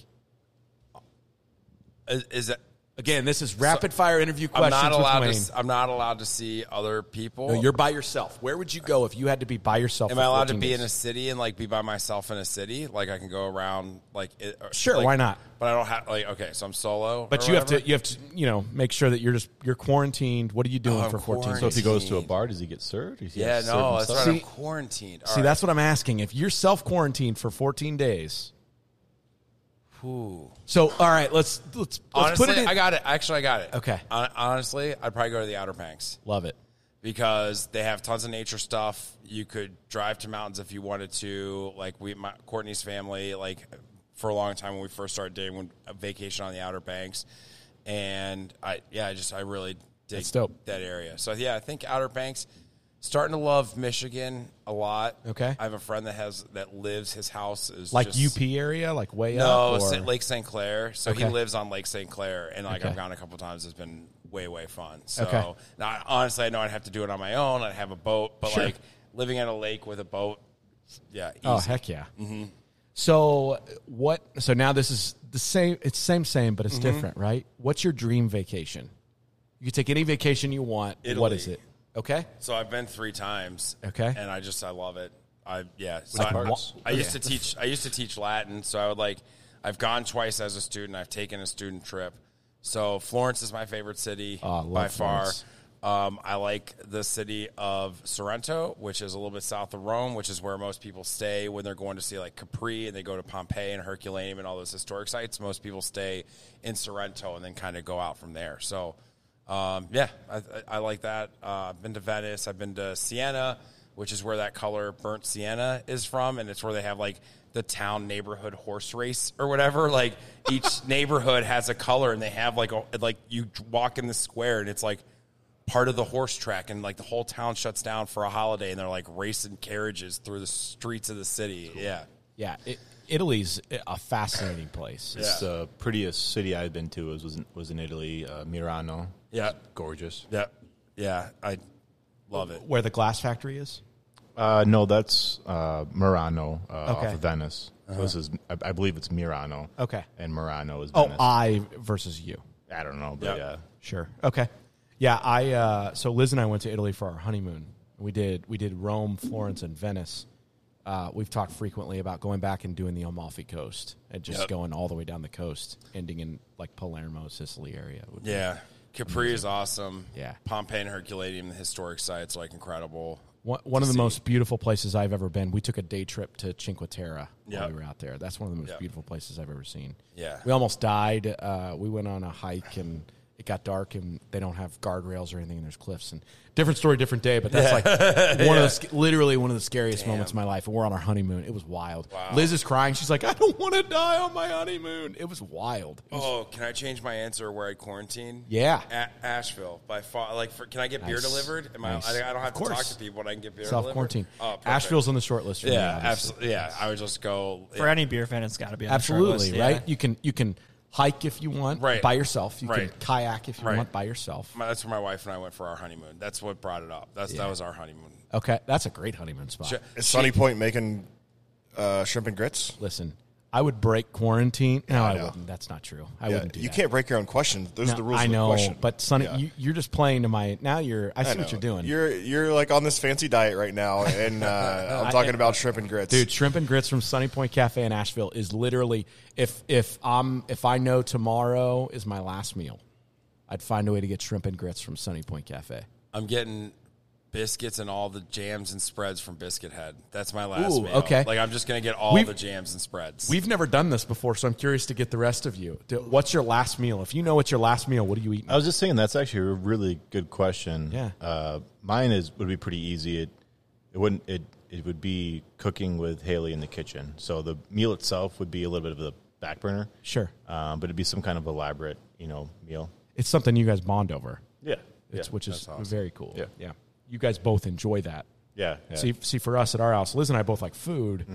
Is, is that Again, this is rapid fire interview I'm questions. not with allowed to. Wayne. s- I'm not allowed to see other people. No, you're by yourself. Where would you go if you had to be by yourself? Am for I allowed to 14 be in a days? city and like be by myself in a city? Like I can go around like it, or- Sure, like- why not? But I don't have like okay, so I'm solo. But or you have to whatever? you have to you know make sure that you're just you're quarantined. What are you doing Oh, for 14 days? So if he goes to a bar, does he get served? Does he Yeah, have to serve no, that's himself? right. See- I'm quarantined. All See, right. that's what I'm asking. If you're self quarantined for 14 days, Ooh. so all right, let's let's, let's Honestly, put it. In. I got it. Actually, I got it. Okay. Hon- honestly, I'd probably go to the Outer Banks. love it. because they have tons of nature stuff. You could drive to mountains if you wanted to. Like we, my, Courtney's family, like for a long time when we first started dating, when a vacation on the Outer Banks, and I, yeah, I just I really dig That's dope. that area. So yeah, I think Outer Banks. Starting to love Michigan a lot. Okay. I have a friend that has that lives. His house is Like just- UP area, like way no, up. or- Sa- Lake St. Clair. So he Okay. lives on Lake St. Clair, and like Okay. I've gone a couple times. It's been way way fun. So Okay. now, honestly, I know I'd have to do it on my own. I'd have a boat, but Sure. like living at a lake with a boat, yeah, easy. Mm-hmm. Oh heck yeah. So what? So now this is the same. It's same same, but it's Mm-hmm. different, right? What's your dream vacation? You can take any vacation you want. What Italy. is it? Okay. So I've been three times. Okay. and I just I love it. I yeah. So Like I, parts? I used to teach. I used to teach Latin, so I would like. I've gone twice as a student. I've taken a student trip. So Florence is my favorite city I love by far. Florence. Um, I like the city of Sorrento, which is a little bit south of Rome, which is where most people stay when they're going to see like Capri and they go to Pompeii and Herculaneum and all those historic sites. Most people stay in Sorrento and then kind of go out from there. So um, yeah, I, I, I like that. Uh, I've been to Venice. I've been to Siena, which is where that color burnt sienna is from, and it's where they have like the town neighborhood horse race or whatever. Like each neighborhood has a color, and they have like a, like you walk in the square, and it's like part of the horse track, and like the whole town shuts down for a holiday, and they're like racing carriages through the streets of the city. Yeah, Yeah, it, Italy's a fascinating place. It's the prettiest city I've been to was was in, was in Italy, uh, Mirano. Yeah. It's gorgeous. yeah, yeah. I love it. Where the glass factory is. Uh, no, that's uh, Murano uh, Okay. off of Venice. This is, Uh-huh. I, I believe, it's Mirano. Okay. and Murano is Oh, Venice. I versus you. I don't know, but Yeah. yeah, Sure. Okay. Yeah, I uh, so Liz and I went to Italy for our honeymoon. We did we did Rome, Florence, and Venice. Uh, we've talked frequently about going back and doing the Amalfi Coast and just going all the way down the coast, ending in like Palermo, Sicily area. would be- Yeah. Capri is awesome. Yeah. Pompeii and Herculaneum, the historic sites, like incredible. One, one of the most beautiful places I've ever been. We took a day trip to Cinque Terre Yeah. while we were out there. That's one of the most Yeah. beautiful places I've ever seen. Yeah. we almost died. Uh, we went on a hike and it got dark and they don't have guardrails or anything and there's cliffs and different story, different day. But that's like one of the sc- literally one of the scariest moments of my life. And we're on our honeymoon. It was wild. Liz is crying. She's like, I don't want to die on my honeymoon. It was wild. It was- Oh, can I change my answer where I quarantine? Yeah. A- Asheville by far. Like, for, can I get beer Nice. delivered? Am Nice. I? I don't have Of to talk course. to people, and I can get beer Self delivered. quarantine. Oh, perfect. Asheville's on the short list. For me, Yeah, obviously. absolutely. Yeah, I would just go. For any beer fan, it's got to be on the short Absolutely, list, yeah. right? You can you can hike if you want Right. by yourself. You can Right. kayak if you Right. want by yourself. My- that's where my wife and I went for our honeymoon. That's what brought it up. That's that was our honeymoon. Okay, that's a great honeymoon spot. Sure. Is Sunny Point making uh, shrimp and grits? Listen, I would break quarantine. No, I, know. wouldn't. That's not true. I Yeah, wouldn't do you that. can't break your own question. Those No, are the rules. I of the know, question. but Sonny, Yeah. you, you're just playing to my. Now you're. I see I what know. you're doing. You're you're like on this fancy diet right now, and uh, I'm talking about shrimp and grits, Dude, shrimp and grits from Sunny Point Cafe in Asheville is literally if if I'm if I know tomorrow is my last meal, I'd find a way to get shrimp and grits from Sunny Point Cafe. I'm getting biscuits and all the jams and spreads from Biscuit Head. That's my last. Ooh, meal. okay. Like I'm just gonna get all We've- the jams and spreads. We've never done this before, so I'm curious to get the rest of you. Do- What's your last meal? If you know what's your last meal, what do you eat? I was just saying that's actually a really good question. Yeah. uh, mine is would be pretty easy. It it wouldn't it it would be cooking with Haley in the kitchen. So the meal itself would be a little bit of the back burner. Sure. um, but it'd be some kind of elaborate you know meal. It's something you guys bond over, Yeah, it's, yeah, which is very cool. Yeah. yeah. You guys both enjoy that. yeah, yeah. Mm-hmm. See, see, for us at our house, Liz and I both like food.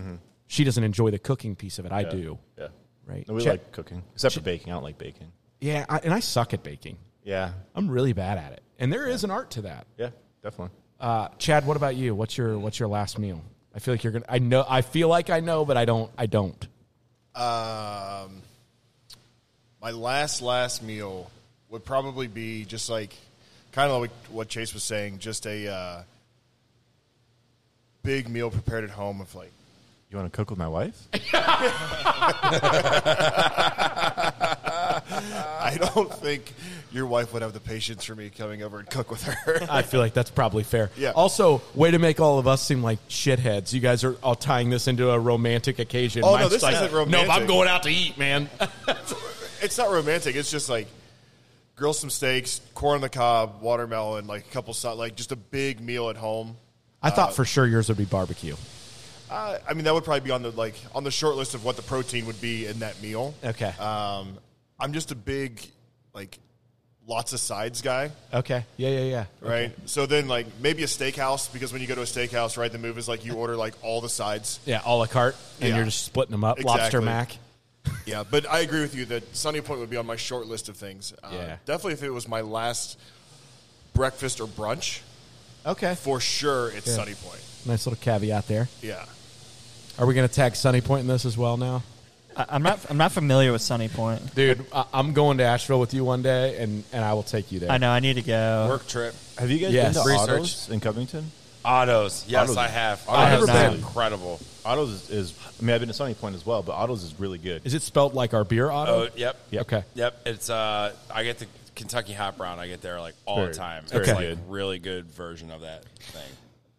She doesn't enjoy the cooking piece of it. I yeah, do. Yeah, Right. No, we Check- like cooking except for baking. I don't like baking. Yeah, I, and I suck at baking. Yeah, I'm really bad at it, and there is an art to that. yeah, definitely. Uh, Chad, what about you? What's your What's your last meal? I feel like you're gonna. I know. I feel like I know, but I don't. I don't. Um, my last last meal would probably be just like kind of like what Chase was saying, just a uh, big meal prepared at home of like You want to cook with my wife? I don't think your wife would have the patience for me coming over and cook with her. I feel like that's probably fair. Yeah. Also, way to make all of us seem like shitheads. You guys are all tying this into a romantic occasion. Oh, no, Mine's this like, isn't No, if I'm romantic." going out to eat, man. it's not romantic. It's just like grill some steaks, corn on the cob, watermelon, like a couple side, like just a big meal at home. I thought for sure yours would be barbecue. Uh, I mean, that would probably be on the like on the short list of what the protein would be in that meal. Okay. Um, I'm just a big like lots of sides guy, Okay. Yeah, yeah, yeah. right? So then like maybe a steakhouse because when you go to a steakhouse, right, the move is like you order like all the sides. Yeah, a la carte, and Yeah. you're just splitting them up. Lobster Exactly. mac. Yeah, but I agree with you that Sunny Point would be on my short list of things. Uh, Yeah. Definitely if it was my last breakfast or brunch, Okay. for sure it's Sunny Point. Nice little caveat there. Yeah. Are we going to tag Sunny Point in this as well now? I, I'm not. I'm not familiar with Sunny Point. Dude, I- I'm going to Asheville with you one day, and, and I will take you there. I know. I need to go. Work trip. Have you guys Yes. been to Research. Autos in Covington? Autos. Yes, Autos. I have. I've Autos never is been. incredible. Autos is, is I mean I've been to Sunny Point as well, but Autos is really good. Is it spelled like our beer Oh, Uh, auto? yep. Yeah. Okay. Yep. It's uh I get the Kentucky hot brown. I get there like all Very- the time. It's very like good. really good version of that thing.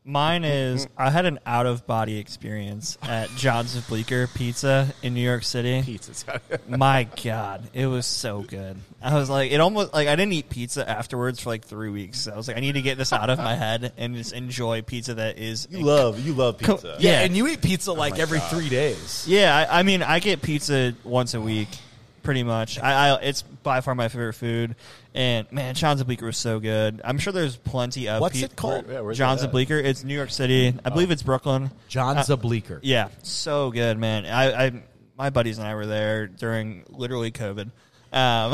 Mine is I had an out of body experience at John's of Bleecker Pizza in New York City. My God, it was so good. I was like, it almost like I didn't eat pizza afterwards for like three weeks. I was like, I need to get this out of my head and just enjoy pizza that is. You love you love Co- pizza. Yeah. and you eat pizza Oh like every three days. Yeah, I, I mean, I get pizza once a week, pretty much. I, I it's by far my favorite food. And man, John's and Bleecker was so good. I'm sure there's plenty of. What's it called? Yeah, where's John's that and at? Oh. Bleecker. It's New York City. I believe it's Brooklyn. John Uh, Zableeker. Yeah, so good, man. I, I my buddies and I were there during literally COVID. Um,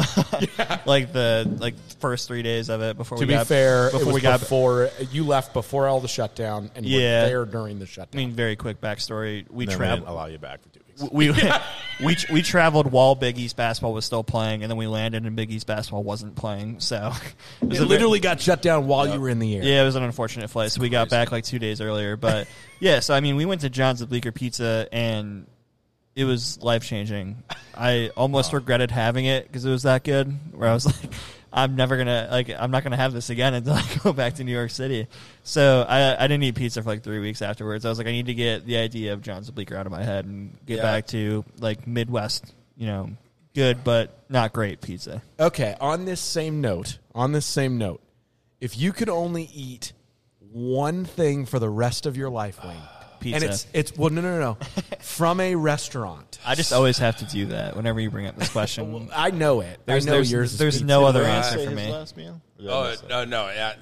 like the like first three days of it before To we be got, fair, before it was we got before uh, you left before all the shutdown, and Yeah. were there during the I shutdown. mean, very quick backstory. We Then we didn't traveled. allow you back for two weeks. We we we traveled while Big East basketball was still playing, and then we landed and Big East basketball wasn't playing. So it was it a very- literally got shut down while you were in the air. Yeah, it was an unfortunate flight. So we got back like two days earlier. But yeah, so I mean, we went to John's of Bleecker Pizza and it was life changing. I almost regretted having it because it was that good. Where I was like, I'm never gonna like, I'm not gonna have this again until I go back to New York City. So I, I didn't eat pizza for like three weeks afterwards. I was like, I need to get the idea of John's of Bleecker out of my head and get Yeah. back to like Midwest, you know, good but not great pizza. Okay, on this same note, on this same note, if you could only eat one thing for the rest of your life, Wayne, Pizza. and it's it's well, no, no, no, no, from a restaurant. I just always have to do that whenever you bring up this question. I know it. There's- I know there's- yours. is there's pizza. no other Did I answer say for his me. Last meal? Or did I Oh miss that? no, no, yeah,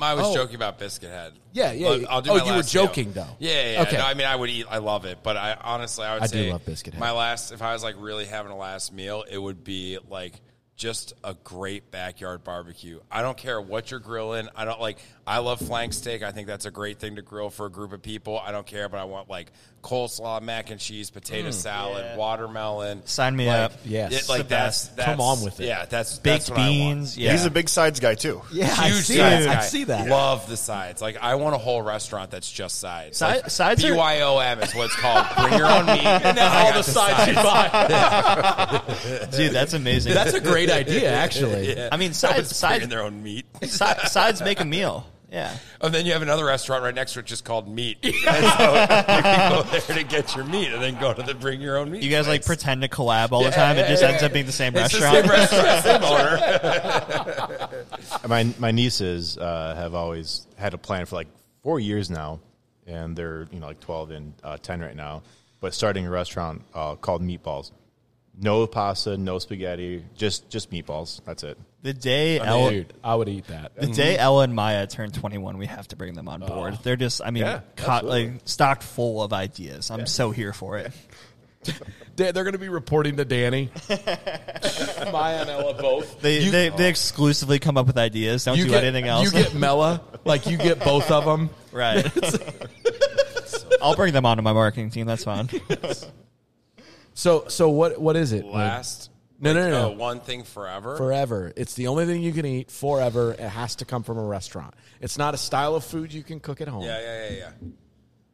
I was Oh. joking about biscuit head. Yeah, yeah, I'll, I'll do oh, my you were last meal. joking, though. Yeah, yeah. yeah. Okay. No, I mean, I would eat. I love it, but I honestly, I would I do say love biscuit head. My last, if I was like really having a last meal, it would be like just a great backyard barbecue. I don't care what you're grilling. I don't like. I love flank steak. I think that's a great thing to grill for a group of people. I don't care, but I want like coleslaw, mac and cheese, potato salad, watermelon. Mm. Sign me like, up. Yes. it- The like that's, best. that's Come on with it. Yeah, that's baked that's what I want. beans. Yeah, He's a big sides guy too. Yeah, I Huge see sides that. I guy. see that. Love the sides. Like I want a whole restaurant that's just sides. Side- Like, sides are- BYOM is what it's called. Bring your own meat. and then all the sides. dude, that's amazing. That's a great idea, actually. I mean, sides, sides, Bring their own meat. si- sides make a meal. Yeah, And then you have another restaurant right next to it just called Meat. And so you can go there to get your meat and then go to the bring your own meat. you guys like place. pretend to collab all the Yeah, time. yeah, it just yeah, ends yeah. up being the same It's the restaurant. same restaurant, same owner. my my nieces uh, have always had a plan for like four years now, and they're you know like twelve and uh, ten right now. But starting a restaurant uh, called Meatballs, no pasta, no spaghetti, just just meatballs. That's it. The Oh, day Ella, Dude, I would eat that. the day Ella and Maya turn twenty one, we have to bring them on board. They're just, I mean, Oh. Yeah, caught, absolutely. like stocked full of ideas. I'm so here for it. They're going to be reporting to Danny. Maya and Ella both. They You- they, they exclusively come up with ideas. Don't you do get, anything else. You get Mella. Like, you get both of them. right. I'll bring them onto my marketing team. That's fine. So, so what? what is it? Wayne? Last. No, no, no, uh, no. one thing forever. forever. It's the only thing you can eat forever. It has to come from a restaurant. It's not a style of food you can cook at home. Yeah, yeah, yeah, yeah.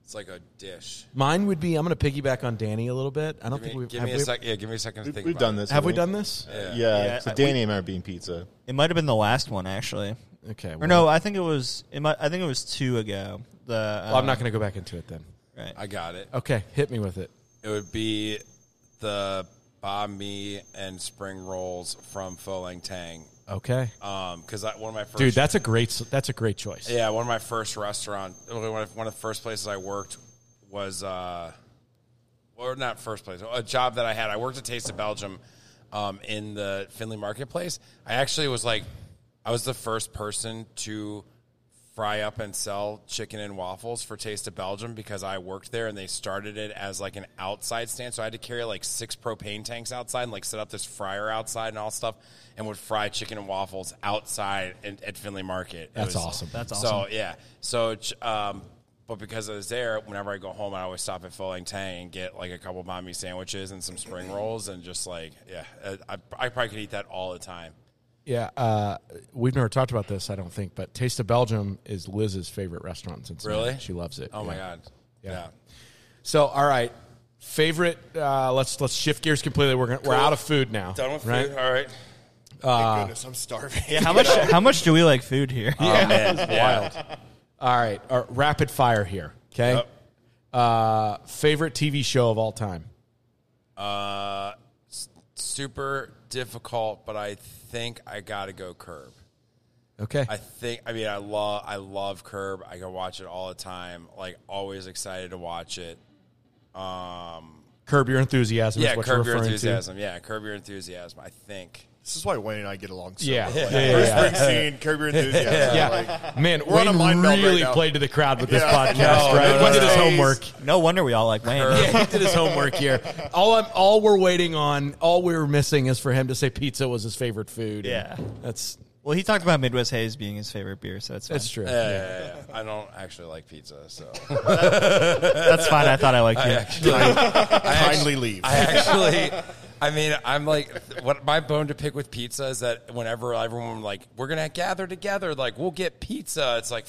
It's like a dish. Mine would be. I'm going to piggyback on Danny a little bit. I don't Give think me, we've give have me a we- sec. Yeah, give me a second to think. We've about done it. this. Have we haven't done this? Yeah. Yeah, so I- Danny and I are being pizza. It might have been the last one actually. Okay. Or no, I think it was. It might, I think it was two ago. The well, I'm not going to go back into it then. Right. I got it. Okay, hit me with it. It would be the banh mi and spring rolls from Folang Tang Okay, because Um, I one of my first dude, that's a great that's a great choice. Yeah, one of my first restaurant, one of, one of the first places I worked was, uh, or not first place, a job that I had. I worked at Taste of Belgium um, in the Findlay Marketplace. I actually was like, I was the first person to fry up and sell chicken and waffles for Taste of Belgium because I worked there and they started it as like an outside stand. So I had to carry like six propane tanks outside and like set up this fryer outside and all stuff and would fry chicken and waffles outside and, at Findlay Market. It That's awesome. That's So yeah. So ch- um, but because I was there, whenever I go home, I always stop at Folang Tang and get like a couple mommy sandwiches and some spring Mm-hmm. rolls and just like yeah, uh, I, I probably could eat that all the time. Yeah, uh, we've never talked about this, I don't think, but Taste of Belgium is Liz's favorite restaurant. in Cincinnati. Really? she loves it. Oh my Yeah. god. Yeah. So, all right, favorite. Uh, let's let's shift gears completely. We're gonna, we're out of food now. Done with right? food. All right. Uh, Thank goodness, I'm starving. How much? How much do we like food here? Oh, man. Yeah. All right, all right, rapid fire here. Okay. Yep. Uh, favorite TV show of all time. Super difficult, but I think I gotta go curb. Okay. I think I mean I love I love Curb. I can watch it all the time. Like always excited to watch it. curb your enthusiasm. Yeah, is what curb you're your referring to. enthusiasm. Yeah, curb your enthusiasm. I think. This is why Wayne and I get along so Yeah. well. Yeah, yeah, Bruce yeah. Uh, Springsteen, Curb Your Enthusiasm. Yeah, like, man, we're on Wayne a mind meld right really now. played to the crowd with this Yeah. podcast, No, right? no, He no, did his no. homework. No wonder we all like Wayne. Yeah, he did his homework here. All I'm, all we're waiting on, all we were missing is for him to say pizza was his favorite food. Yeah. And that's Well, he talked about Midwest Haze being his favorite beer, so that's fine. that's true. Yeah, yeah, yeah, yeah. I don't actually like pizza, so that's fine. I thought I liked you. Kindly leave. I actually. I mean, I'm like, what my bone to pick with pizza is that whenever everyone like, we're gonna gather together, like we'll get pizza. It's like,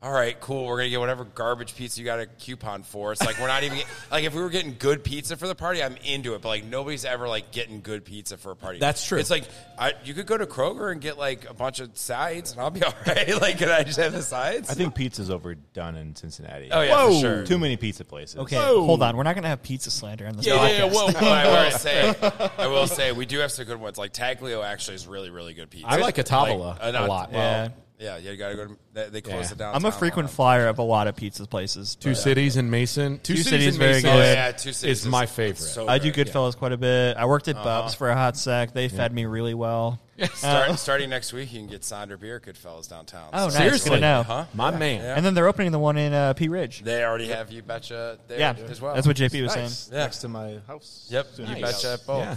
all right, cool. We're gonna get whatever garbage pizza you got a coupon for. It's like we're not even get, like if we were getting good pizza for the party, I'm into it. But like nobody's ever like getting good pizza for a party. That's true. It's like I, you could go to Kroger and get like a bunch of sides, and I'll be all right. Like, can I just have the sides? I think pizza's overdone in Cincinnati. Oh, yeah, for Whoa. sure. Too many pizza places. Okay, hold on. We're not going to have pizza slander on this podcast. but I will say, I will say, we do have some good ones. Like Taglio actually is really, really good pizza. I like Catavola uh, not- a lot. well, yeah, you gotta go. To, they, they close Yeah. it down. I'm a frequent flyer of a lot of pizza places. Two but uh, cities in Mason. Two, Two cities, Cities in very Mason good. is- Yeah, Two Cities is my is- favorite. So I do good. Goodfellas quite a bit. I worked at Uh-huh. Bub's for a hot sec. They fed me really well. Start, starting next week, you can get Sonder beer at Goodfellas downtown. Oh, nice. Seriously? Good to know. huh? my man. And then they're opening the one in uh, P Ridge. They already have you betcha there Yeah, as well. that's what JP was saying. Yeah. Next to my house. Yep, you Nice. betcha at both. Yeah.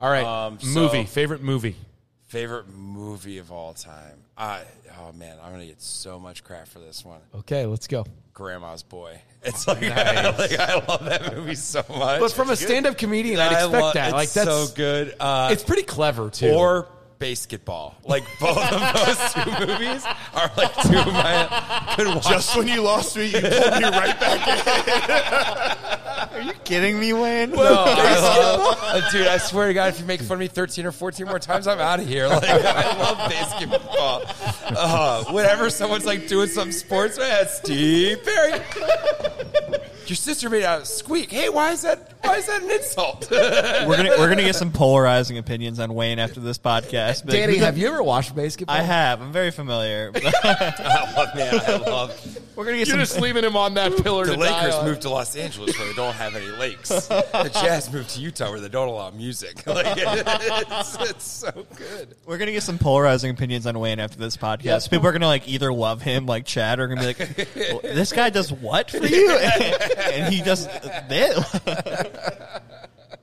All right. Um, so- movie. Favorite movie. Favorite movie of all time. I oh man, I'm gonna get so much crap for this one. Okay, let's go. Grandma's Boy. It's like, like, I love that movie so much. But from a stand-up comedian, I'd expect lo- that. It's Like that's so good. Uh, it's pretty clever too. or basketball. Like both of those two movies are like two of my good watch. Just when you lost me, you pulled me right back in. Kidding me, Wayne? No, I love- uh, dude, I swear to God, if you make fun of me 13 or 14 more times, I'm out of here. Like, I love basketball. Uh, whenever someone's like doing some sports, man, it's Steve Perry. Your sister made out of squeak. Hey, why is that? Why is that an insult? we're gonna we're gonna get some polarizing opinions on Wayne after this podcast. But Danny, have you ever watched basketball? I have. I'm very familiar. But I love, man, I love. we're gonna get You're some. just leaving him on that pillar. The to die Lakers on. moved to Los Angeles where they don't have any lakes. The Jazz moved to Utah where they don't allow music. Like, it's, it's so good. We're gonna get some polarizing opinions on Wayne after this podcast. Yeah. People are gonna like either love him, like Chad, or gonna be like, "Well, "This guy does what for you?" and he does this.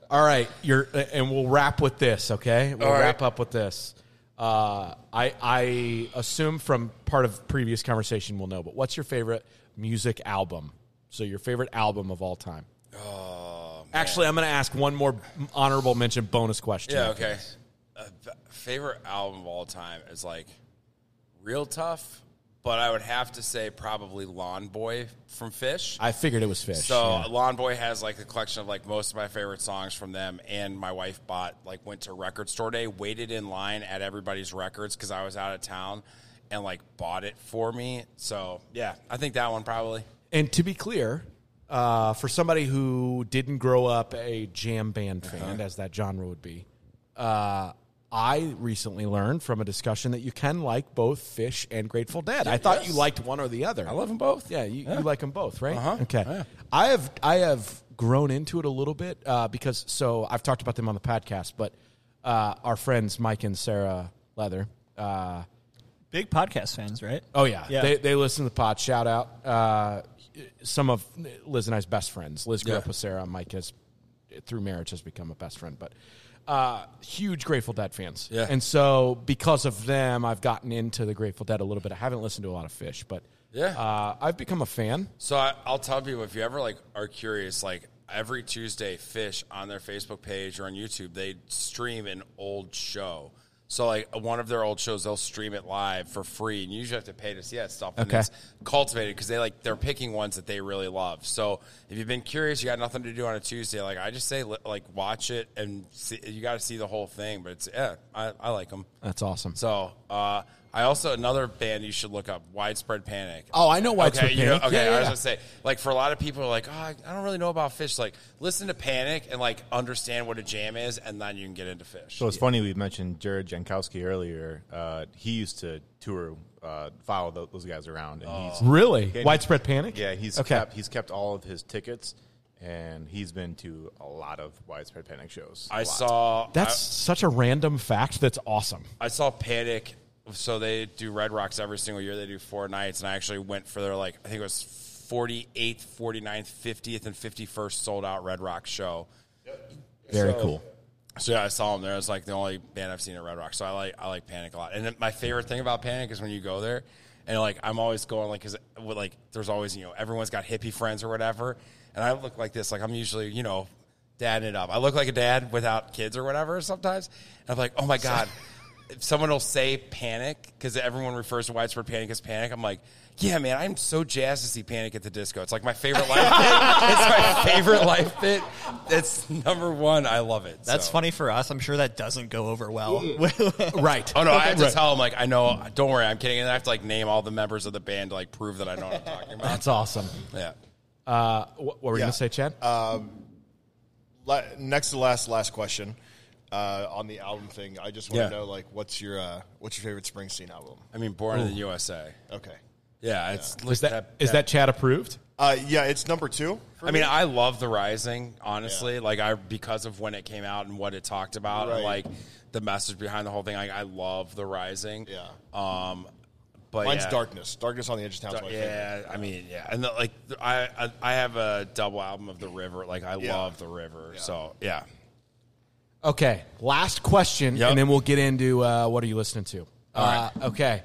All right, you're, and we'll wrap with this. Okay, we'll All right. wrap up with this. Uh, I I assume from part of previous conversation we'll know. But what's your favorite music album? So your favorite album of all time? Oh, actually, I'm going to ask one more honorable mention bonus question. Yeah, okay. Uh, b- favorite album of all time is like real tough, but I would have to say probably Lawn Boy from Fish. I figured it was Fish. So yeah. Lawn Boy has like a collection of like most of my favorite songs from them, and my wife bought like went to record store day, waited in line at everybody's records because I was out of town, and like bought it for me. So yeah, I think that one probably. And to be clear, uh, for somebody Uh-huh. who didn't grow up a jam band fan, as that genre would be, uh, I recently learned from a discussion that you can like both Fish and Grateful Dead. I thought you yes. liked one or the other. I love them both. Yeah, you, you like them both, right? Uh-huh. Okay. Yeah. I have I have grown into it a little bit uh, because so I've talked about them on the podcast, but uh, our friends Mike and Sarah Leather. Uh, Big podcast fans, right? oh yeah, Yeah. They, they listen to the pod. Shout out uh, some of Liz and I's best friends. Liz grew Yeah. up with Sarah. Mike has through marriage has become a best friend, but uh, huge Grateful Dead fans. Yeah. and so because of them, I've gotten into the Grateful Dead a little bit. I haven't listened to a lot of Fish, but Yeah. uh, I've become a fan. So I, I'll tell people if you ever like are curious, like every Tuesday, Fish on their Facebook page or on YouTube, they stream an old show. So like one of their old shows, they'll stream it live for free, and you usually have to pay to see that stuff. And Okay. it's cultivated because they like they're picking ones that they really love. So if you've been curious, you got nothing to do on a Tuesday, like I just say li- like watch it and see, you got to see the whole thing. But it's yeah, I, I like them. That's awesome. So uh, I also another band you should look up, Widespread Panic. Oh, I know Widespread okay, you know- Panic. okay, Yeah, yeah, I was yeah. gonna say like for a lot of people, like oh, I I don't really know about Fish. Like listen to Panic and like understand what a jam is, and then you can get into Fish. So it's funny we mentioned Jared Jankowski earlier. Uh, he used to tour, uh, follow tho- those guys around, and Oh. he's Really? and he- Widespread panic? Yeah, he's Okay. kept he's kept all of his tickets, and he's been to a lot of widespread panic shows. I A lot. saw That's such a random fact that's awesome. I saw Panic. So they do Red Rocks every single year. They do four nights, and I actually went for their like I think it was 48th, 49th, 50th, and 51st sold out Red Rock show. Very So- cool. So yeah, I saw him there. It's like the only band I've seen at Red Rock. So I like I like Panic a lot. And then my favorite thing about Panic is when you go there, and like I'm always going like because like there's always you know everyone's got hippie friends or whatever, and I look like this like I'm usually you know dadding it up. I look like a dad without kids or whatever sometimes, and I'm like oh my god. If someone will say panic because everyone refers to widespread panic as panic, I'm like, yeah, man, I'm so jazzed to see Panic at the Disco. It's like my favorite life bit. It's my favorite life bit. That's number one. I love it. That's So. funny for us. I'm sure that doesn't go over well. Right. Oh no, I have to tell him like I know. Don't worry, I'm kidding. And I have to like name all the members of the band to like prove that I know what I'm talking about. That's awesome. yeah. Uh, wh- what were you Yeah. going to say, Chad? La- next to last, last question uh, on the album thing. I just want Yeah. to know, like, what's your uh, what's your favorite Springsteen album? I mean, born in the USA. Okay, Yeah, it's is that, is that Chad approved? uh, yeah, it's number two. for I mean, me. I love The Rising, honestly. Like I because of when it came out and what it talked about and Right. like the message behind the whole thing. Like I love The Rising. Yeah. Um, but mine's yeah. Darkness. Darkness on the Edge of Town's Uh, my favorite. Yeah, I mean, yeah, and the, like the- I, I, I have a double album of the river. Like I Yeah. love the river, so yeah. Okay. Last question, Yep. and then we'll get into uh, what are you listening to? uh, Okay.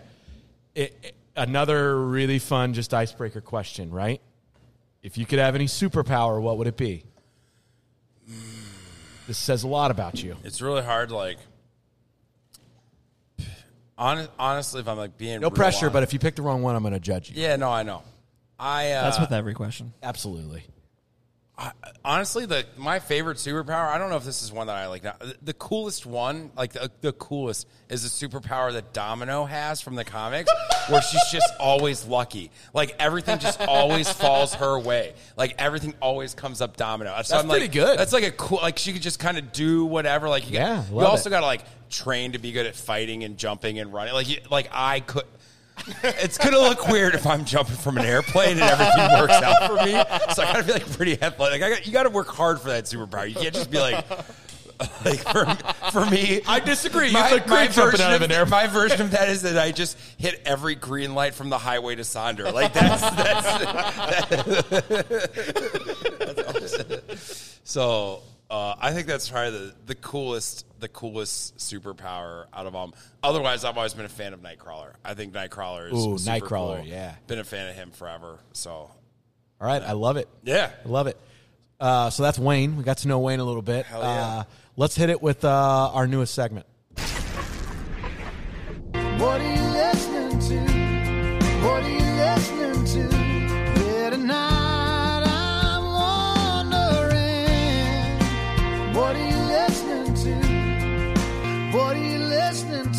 It, it- another really fun, just icebreaker question, right? If you could have any superpower, what would it be? This says a lot about you. It's really hard. Like, hon- honestly, if I'm like being No real pressure, honest- but if you pick the wrong one, I'm going to judge you. yeah, no, I know. I uh, That's with every question. Absolutely. honestly the my favorite superpower. I don't know if this is one that I like. Now. The- The coolest one, like the, the coolest, is the superpower that Domino has from the comics, where she's just always lucky. Like everything just always falls her way. Like everything always comes up Domino. So That's I'm pretty like, good. That's like a cool. Like she could just kind of do whatever. Like you got- Yeah, you love also it. got to like train to be good at fighting and jumping and running. Like you, like I could. It's gonna look weird if I'm jumping from an airplane and everything works out for me. So I gotta be like pretty athletic. I got, you gotta work hard for that superpower. You can't just be like, like for, for me. I disagree. You my, look my great jumping version out of an airplane. My version of that is that I just hit every green light from the highway to Sonder. Like that's that's. that's so uh, I think that's probably the, the coolest the coolest superpower out of all. Otherwise, I've always been a fan of Nightcrawler. I think Nightcrawler is Ooh, super Nightcrawler, cool. yeah. been a fan of him forever. So All right, I love it. yeah, I love it. Uh, so that's Wayne. We got to know Wayne a little bit. Hell yeah. uh, let's hit it with uh, our newest segment. What are you listening to? What are you listening to? Yeah, tonight I'm wondering. What are you listening to? What are you listening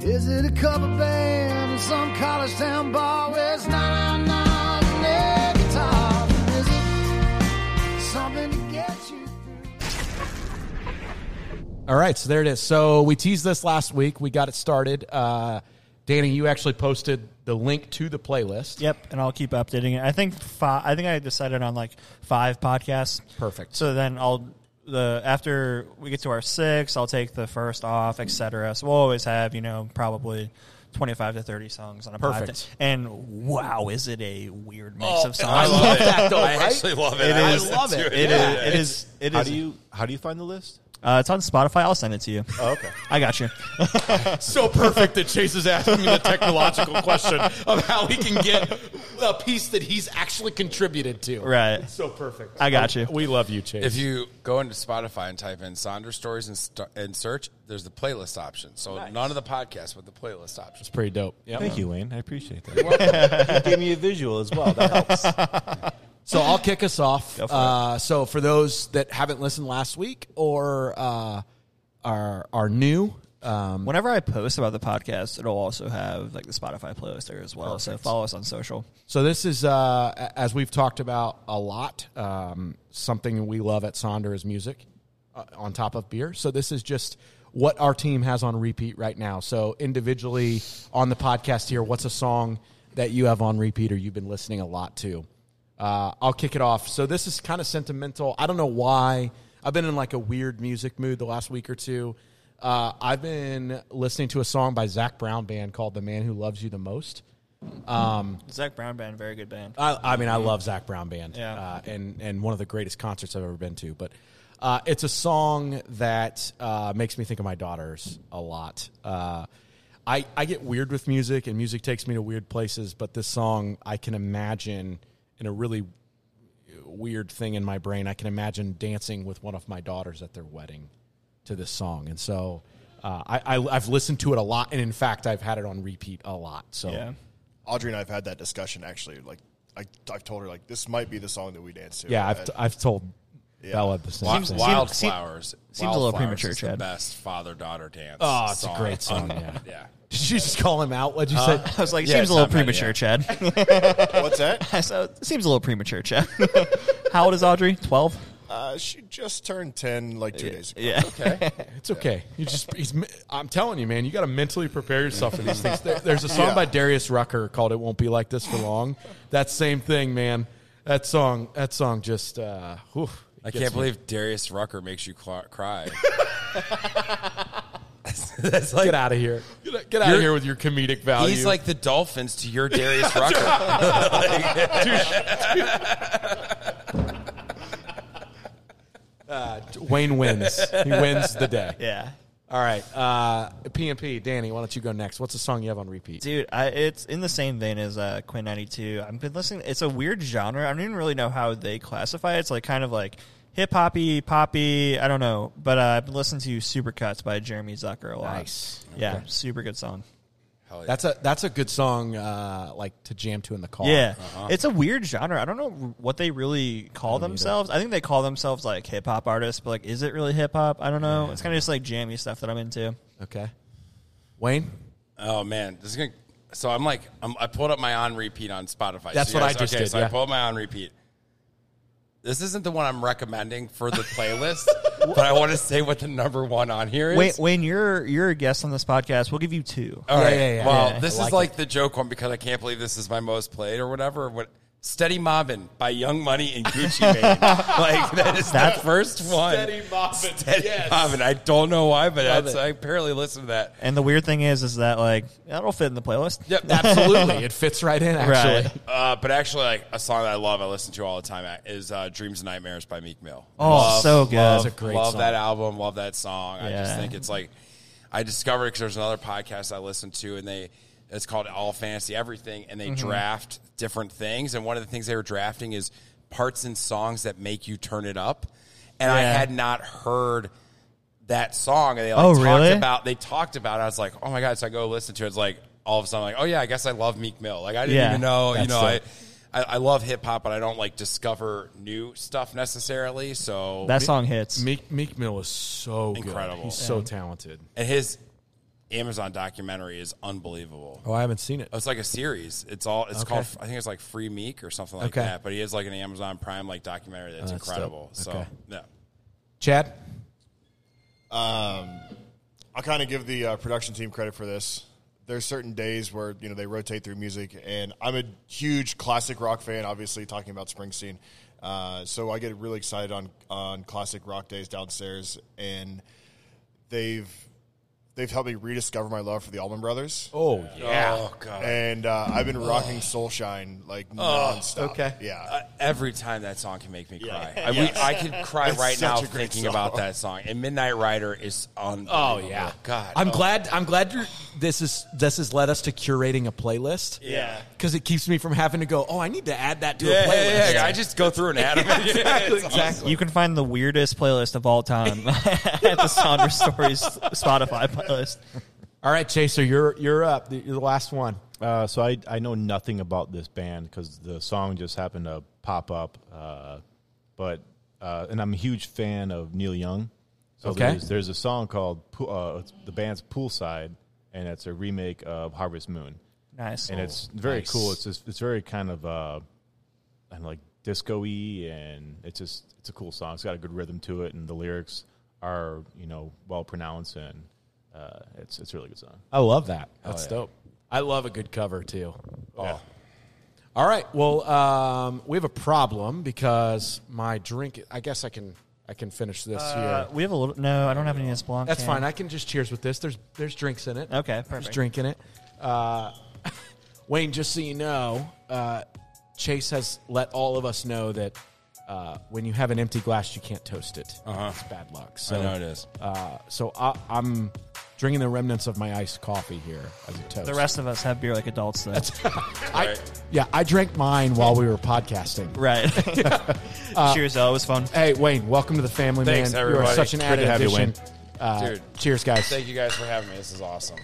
to? Is it a cover band in some college town bar where it's not on guitar? Is it something to get you through? All right, so there it is. So we teased this last week. We got it started. Uh, Danny, you actually posted the link to the playlist. Yep, and I'll keep updating it. I think five, I think I decided on like five podcasts. Perfect. So then I'll the after we get to our six, I'll take the first off, etc. So we'll always have you know probably. 25 to 30 songs on a Perfect. podcast. And wow, is it a weird mix of songs? I love it. though, I right? actually love it. It I is- love it. It is. It is. It How is. do you how do you find the list? uh, it's on Spotify. I'll send it to you. Oh, okay. I got you. so perfect that Chase is asking the technological question of how he can get a piece that he's actually contributed to. Right. So perfect. I got you. We love you, Chase. If you go into Spotify and type in Sonder Stories and, st- and search, there's the playlist option. So none of the podcasts, but the playlist option. it's pretty dope. Yep. Thank you, Wayne. I appreciate that. you gave me a visual as well. That helps. So I'll kick us off. Go for it. Uh, so for those that haven't listened last week or uh, are are new, um, Whenever I post about the podcast, it'll also have like the Spotify playlist there as well. So follow us on social. So this is, uh, a- as we've talked about a lot, um, something we love at Sonder is music, uh, on top of beer. So this is just what our team has on repeat right now. So individually on the podcast here, what's a song that you have on repeat or you've been listening a lot to? Uh, I'll kick it off. So this is kind of sentimental. I don't know why. I've been in like a weird music mood the last week or two. Uh, I've been listening to a song by Zach Brown Band called "The Man Who Loves You the Most." Zach Brown Band, very good band. I, I mean, I love Zach Brown Band, Yeah. uh, and and one of the greatest concerts I've ever been to. But uh, it's a song that uh, makes me think of my daughters a lot. Uh, I I get weird with music, and music takes me to weird places. But this song, I can imagine in a really weird thing in my brain. I can imagine dancing with one of my daughters at their wedding to this song, and so. Uh, I, I, I've listened to it a lot, and in fact, I've had it on repeat a lot. So, Yeah. Audrey and I have had that discussion actually. Like I, I've told her like this might be the song that we dance to. yeah, I- I've, t- I've told Bella the same. Wi- Seems- Wildflowers. seems a little Wildflowers premature, is the Chad. best father daughter dance. Oh, it's a great song, yeah. yeah. Did you just call him out? What'd you I say? was like, Yeah, seems it's a little not ready premature, yet. Chad. what's that? I said, "It seems a little premature, Chad. How old is Audrey? 12? Uh, she just turned ten like two days ago. Yeah. Okay. It's okay. You just, he's, I'm telling you, man, you got to mentally prepare yourself for these things. There, there's a song Yeah. by Darius Rucker called "It Won't Be Like This for Long." That same thing, man. That song, that song just, uh, whew, it I gets can't me. believe Darius Rucker makes you cl- cry. That's like, Get out of here. Get, out of You're- here with your comedic value. He's like the Dolphins to your Darius Rucker. Wayne wins. he wins the day. Yeah. All right, uh, PNP, Danny, why don't you go next? What's the song you have on repeat? Dude, I, it's in the same vein as uh, Quinn 92. I've been listening. It's a weird genre. I don't even really know how they classify it. It's like kind of like hip hoppy, poppy. I don't know. But uh, I've been listening to Supercuts by Jeremy Zucker a lot. Nice. Yeah. Super good song. That's a that's a good song, uh, like to jam to in the car. Yeah, it's a weird genre. I don't know what they really call themselves. I think they call themselves like hip hop artists, but like, is it really hip hop? I don't know. It's kind of just like jammy stuff that I'm into. Okay. Wayne, oh man, this is gonna. So I'm like, I'm, I pulled up my on repeat on Spotify. That's So you what guys- I just okay, did, So yeah. I pulled up my on repeat. This isn't the one I'm recommending for the playlist, but I want to say what the number one on here is. Oh. Wait, Wayne, you're you're a guest on this podcast. We'll give you two. All Yeah, right. yeah, yeah. Well, Yeah. this I like is like the joke one because I can't believe this is my most played or whatever. What Steady Mobbin by Young Money and Gucci Mane. like that is that first one. Steady Mobbin. Mobbin. I don't know why, but that's, I apparently listened to that. And the weird thing is, is that like that'll fit in the playlist. Yep. absolutely, it fits right in. Actually, Right. Uh, but actually, like a song that I love, I listen to all the time is uh, "Dreams and Nightmares" by Meek Mill. Oh, so good. Love, That's a great love song. that album. Love that song. I just Yeah. think it's like I discovered because there's another podcast I listen to, and they it's called All Fantasy Everything, and they Mm-hmm. draft different things. And one of the things they were drafting is parts in songs that make you turn it up. And I Yeah. had not heard that song, and they like, Oh, talked really? about they talked about. It. I was like, oh my god! So I go listen to it. It's like all of a sudden, I'm like, oh yeah, I guess I love Meek Mill. Like I didn't Yeah. even know. You That's know, the- I. I, I love hip hop, but I don't like discover new stuff necessarily. So That song hits. Meek, Meek Mill is so good. Incredible. He's so talented. and his Amazon documentary is unbelievable. Oh, I haven't seen it. It's like a series. It's all. It's Okay. called. I think it's like Free Meek or something like Okay. Oh, that. But he has like an Amazon Prime like documentary that's, that's dope. incredible. So Okay. yeah. Chad, Um, I'll kind of give the uh, production team credit for this. There's certain days where you know they rotate through music, and I'm a huge classic rock fan. Obviously, talking about Springsteen, uh, so I get really excited on on classic rock days downstairs, and they've they've helped me rediscover my love for the Allman Brothers. Oh, Yeah. Oh god. And uh, I've been rocking Soul Shine like nonstop. Oh, okay. yeah. Uh, every time that song can make me cry. Yeah. I, we, I could cry It's right such now a great thinking song. about that song. And Midnight Rider is on. Oh yeah, God. I'm Oh. glad. I'm glad you're, this is this has led us to curating a playlist. Yeah. because it keeps me from having to go. Oh, I need to add that to a Yeah, playlist. yeah, yeah. I just go through and add them. Yeah, exactly. it's awesome. exactly. You can find the weirdest playlist of all time at the Sonder Stories Spotify playlist. All right, Chaser, you're you're up. You're the last one. Uh, so I I know nothing about this band because the song just happened to pop up. Uh, but uh, and I'm a huge fan of Neil Young. So Okay. there's, there's a song called Pool- uh, it's the band's Poolside, and it's a remake of Harvest Moon, Nice. and it's very cool. It's just, it's very kind of uh, and like disco-y, and it's just it's a cool song. It's got a good rhythm to it, and the lyrics are you know well pronounced, and uh, it's it's a really good song. I love that. That's yeah. dope. I love a good cover too. Yeah. All right. Well, um, we have a problem because my drink. I guess I can I can finish this Uh, here. we have a little. No, I don't have any of this Blanc. That's can. fine. I can just cheers with this. There's there's drinks in it. Okay, There's perfect. drink in it. Uh, Wayne, just so you know, uh, Chase has let all of us know that uh, when you have an empty glass, you can't toast it. Uh-huh. It's bad luck. So I know it is. Uh, so I, I'm drinking the remnants of my iced coffee here as a toast. The rest of us have beer like adults, though. I, Yeah, I drank mine while we were podcasting. right. Cheers, though. It was fun. Hey, Wayne, welcome to the family, Thanks, man. You are everybody. such an It's good added to have you, addition. Wayne. Uh, Dude. Cheers, guys. Thank you guys for having me. This is awesome.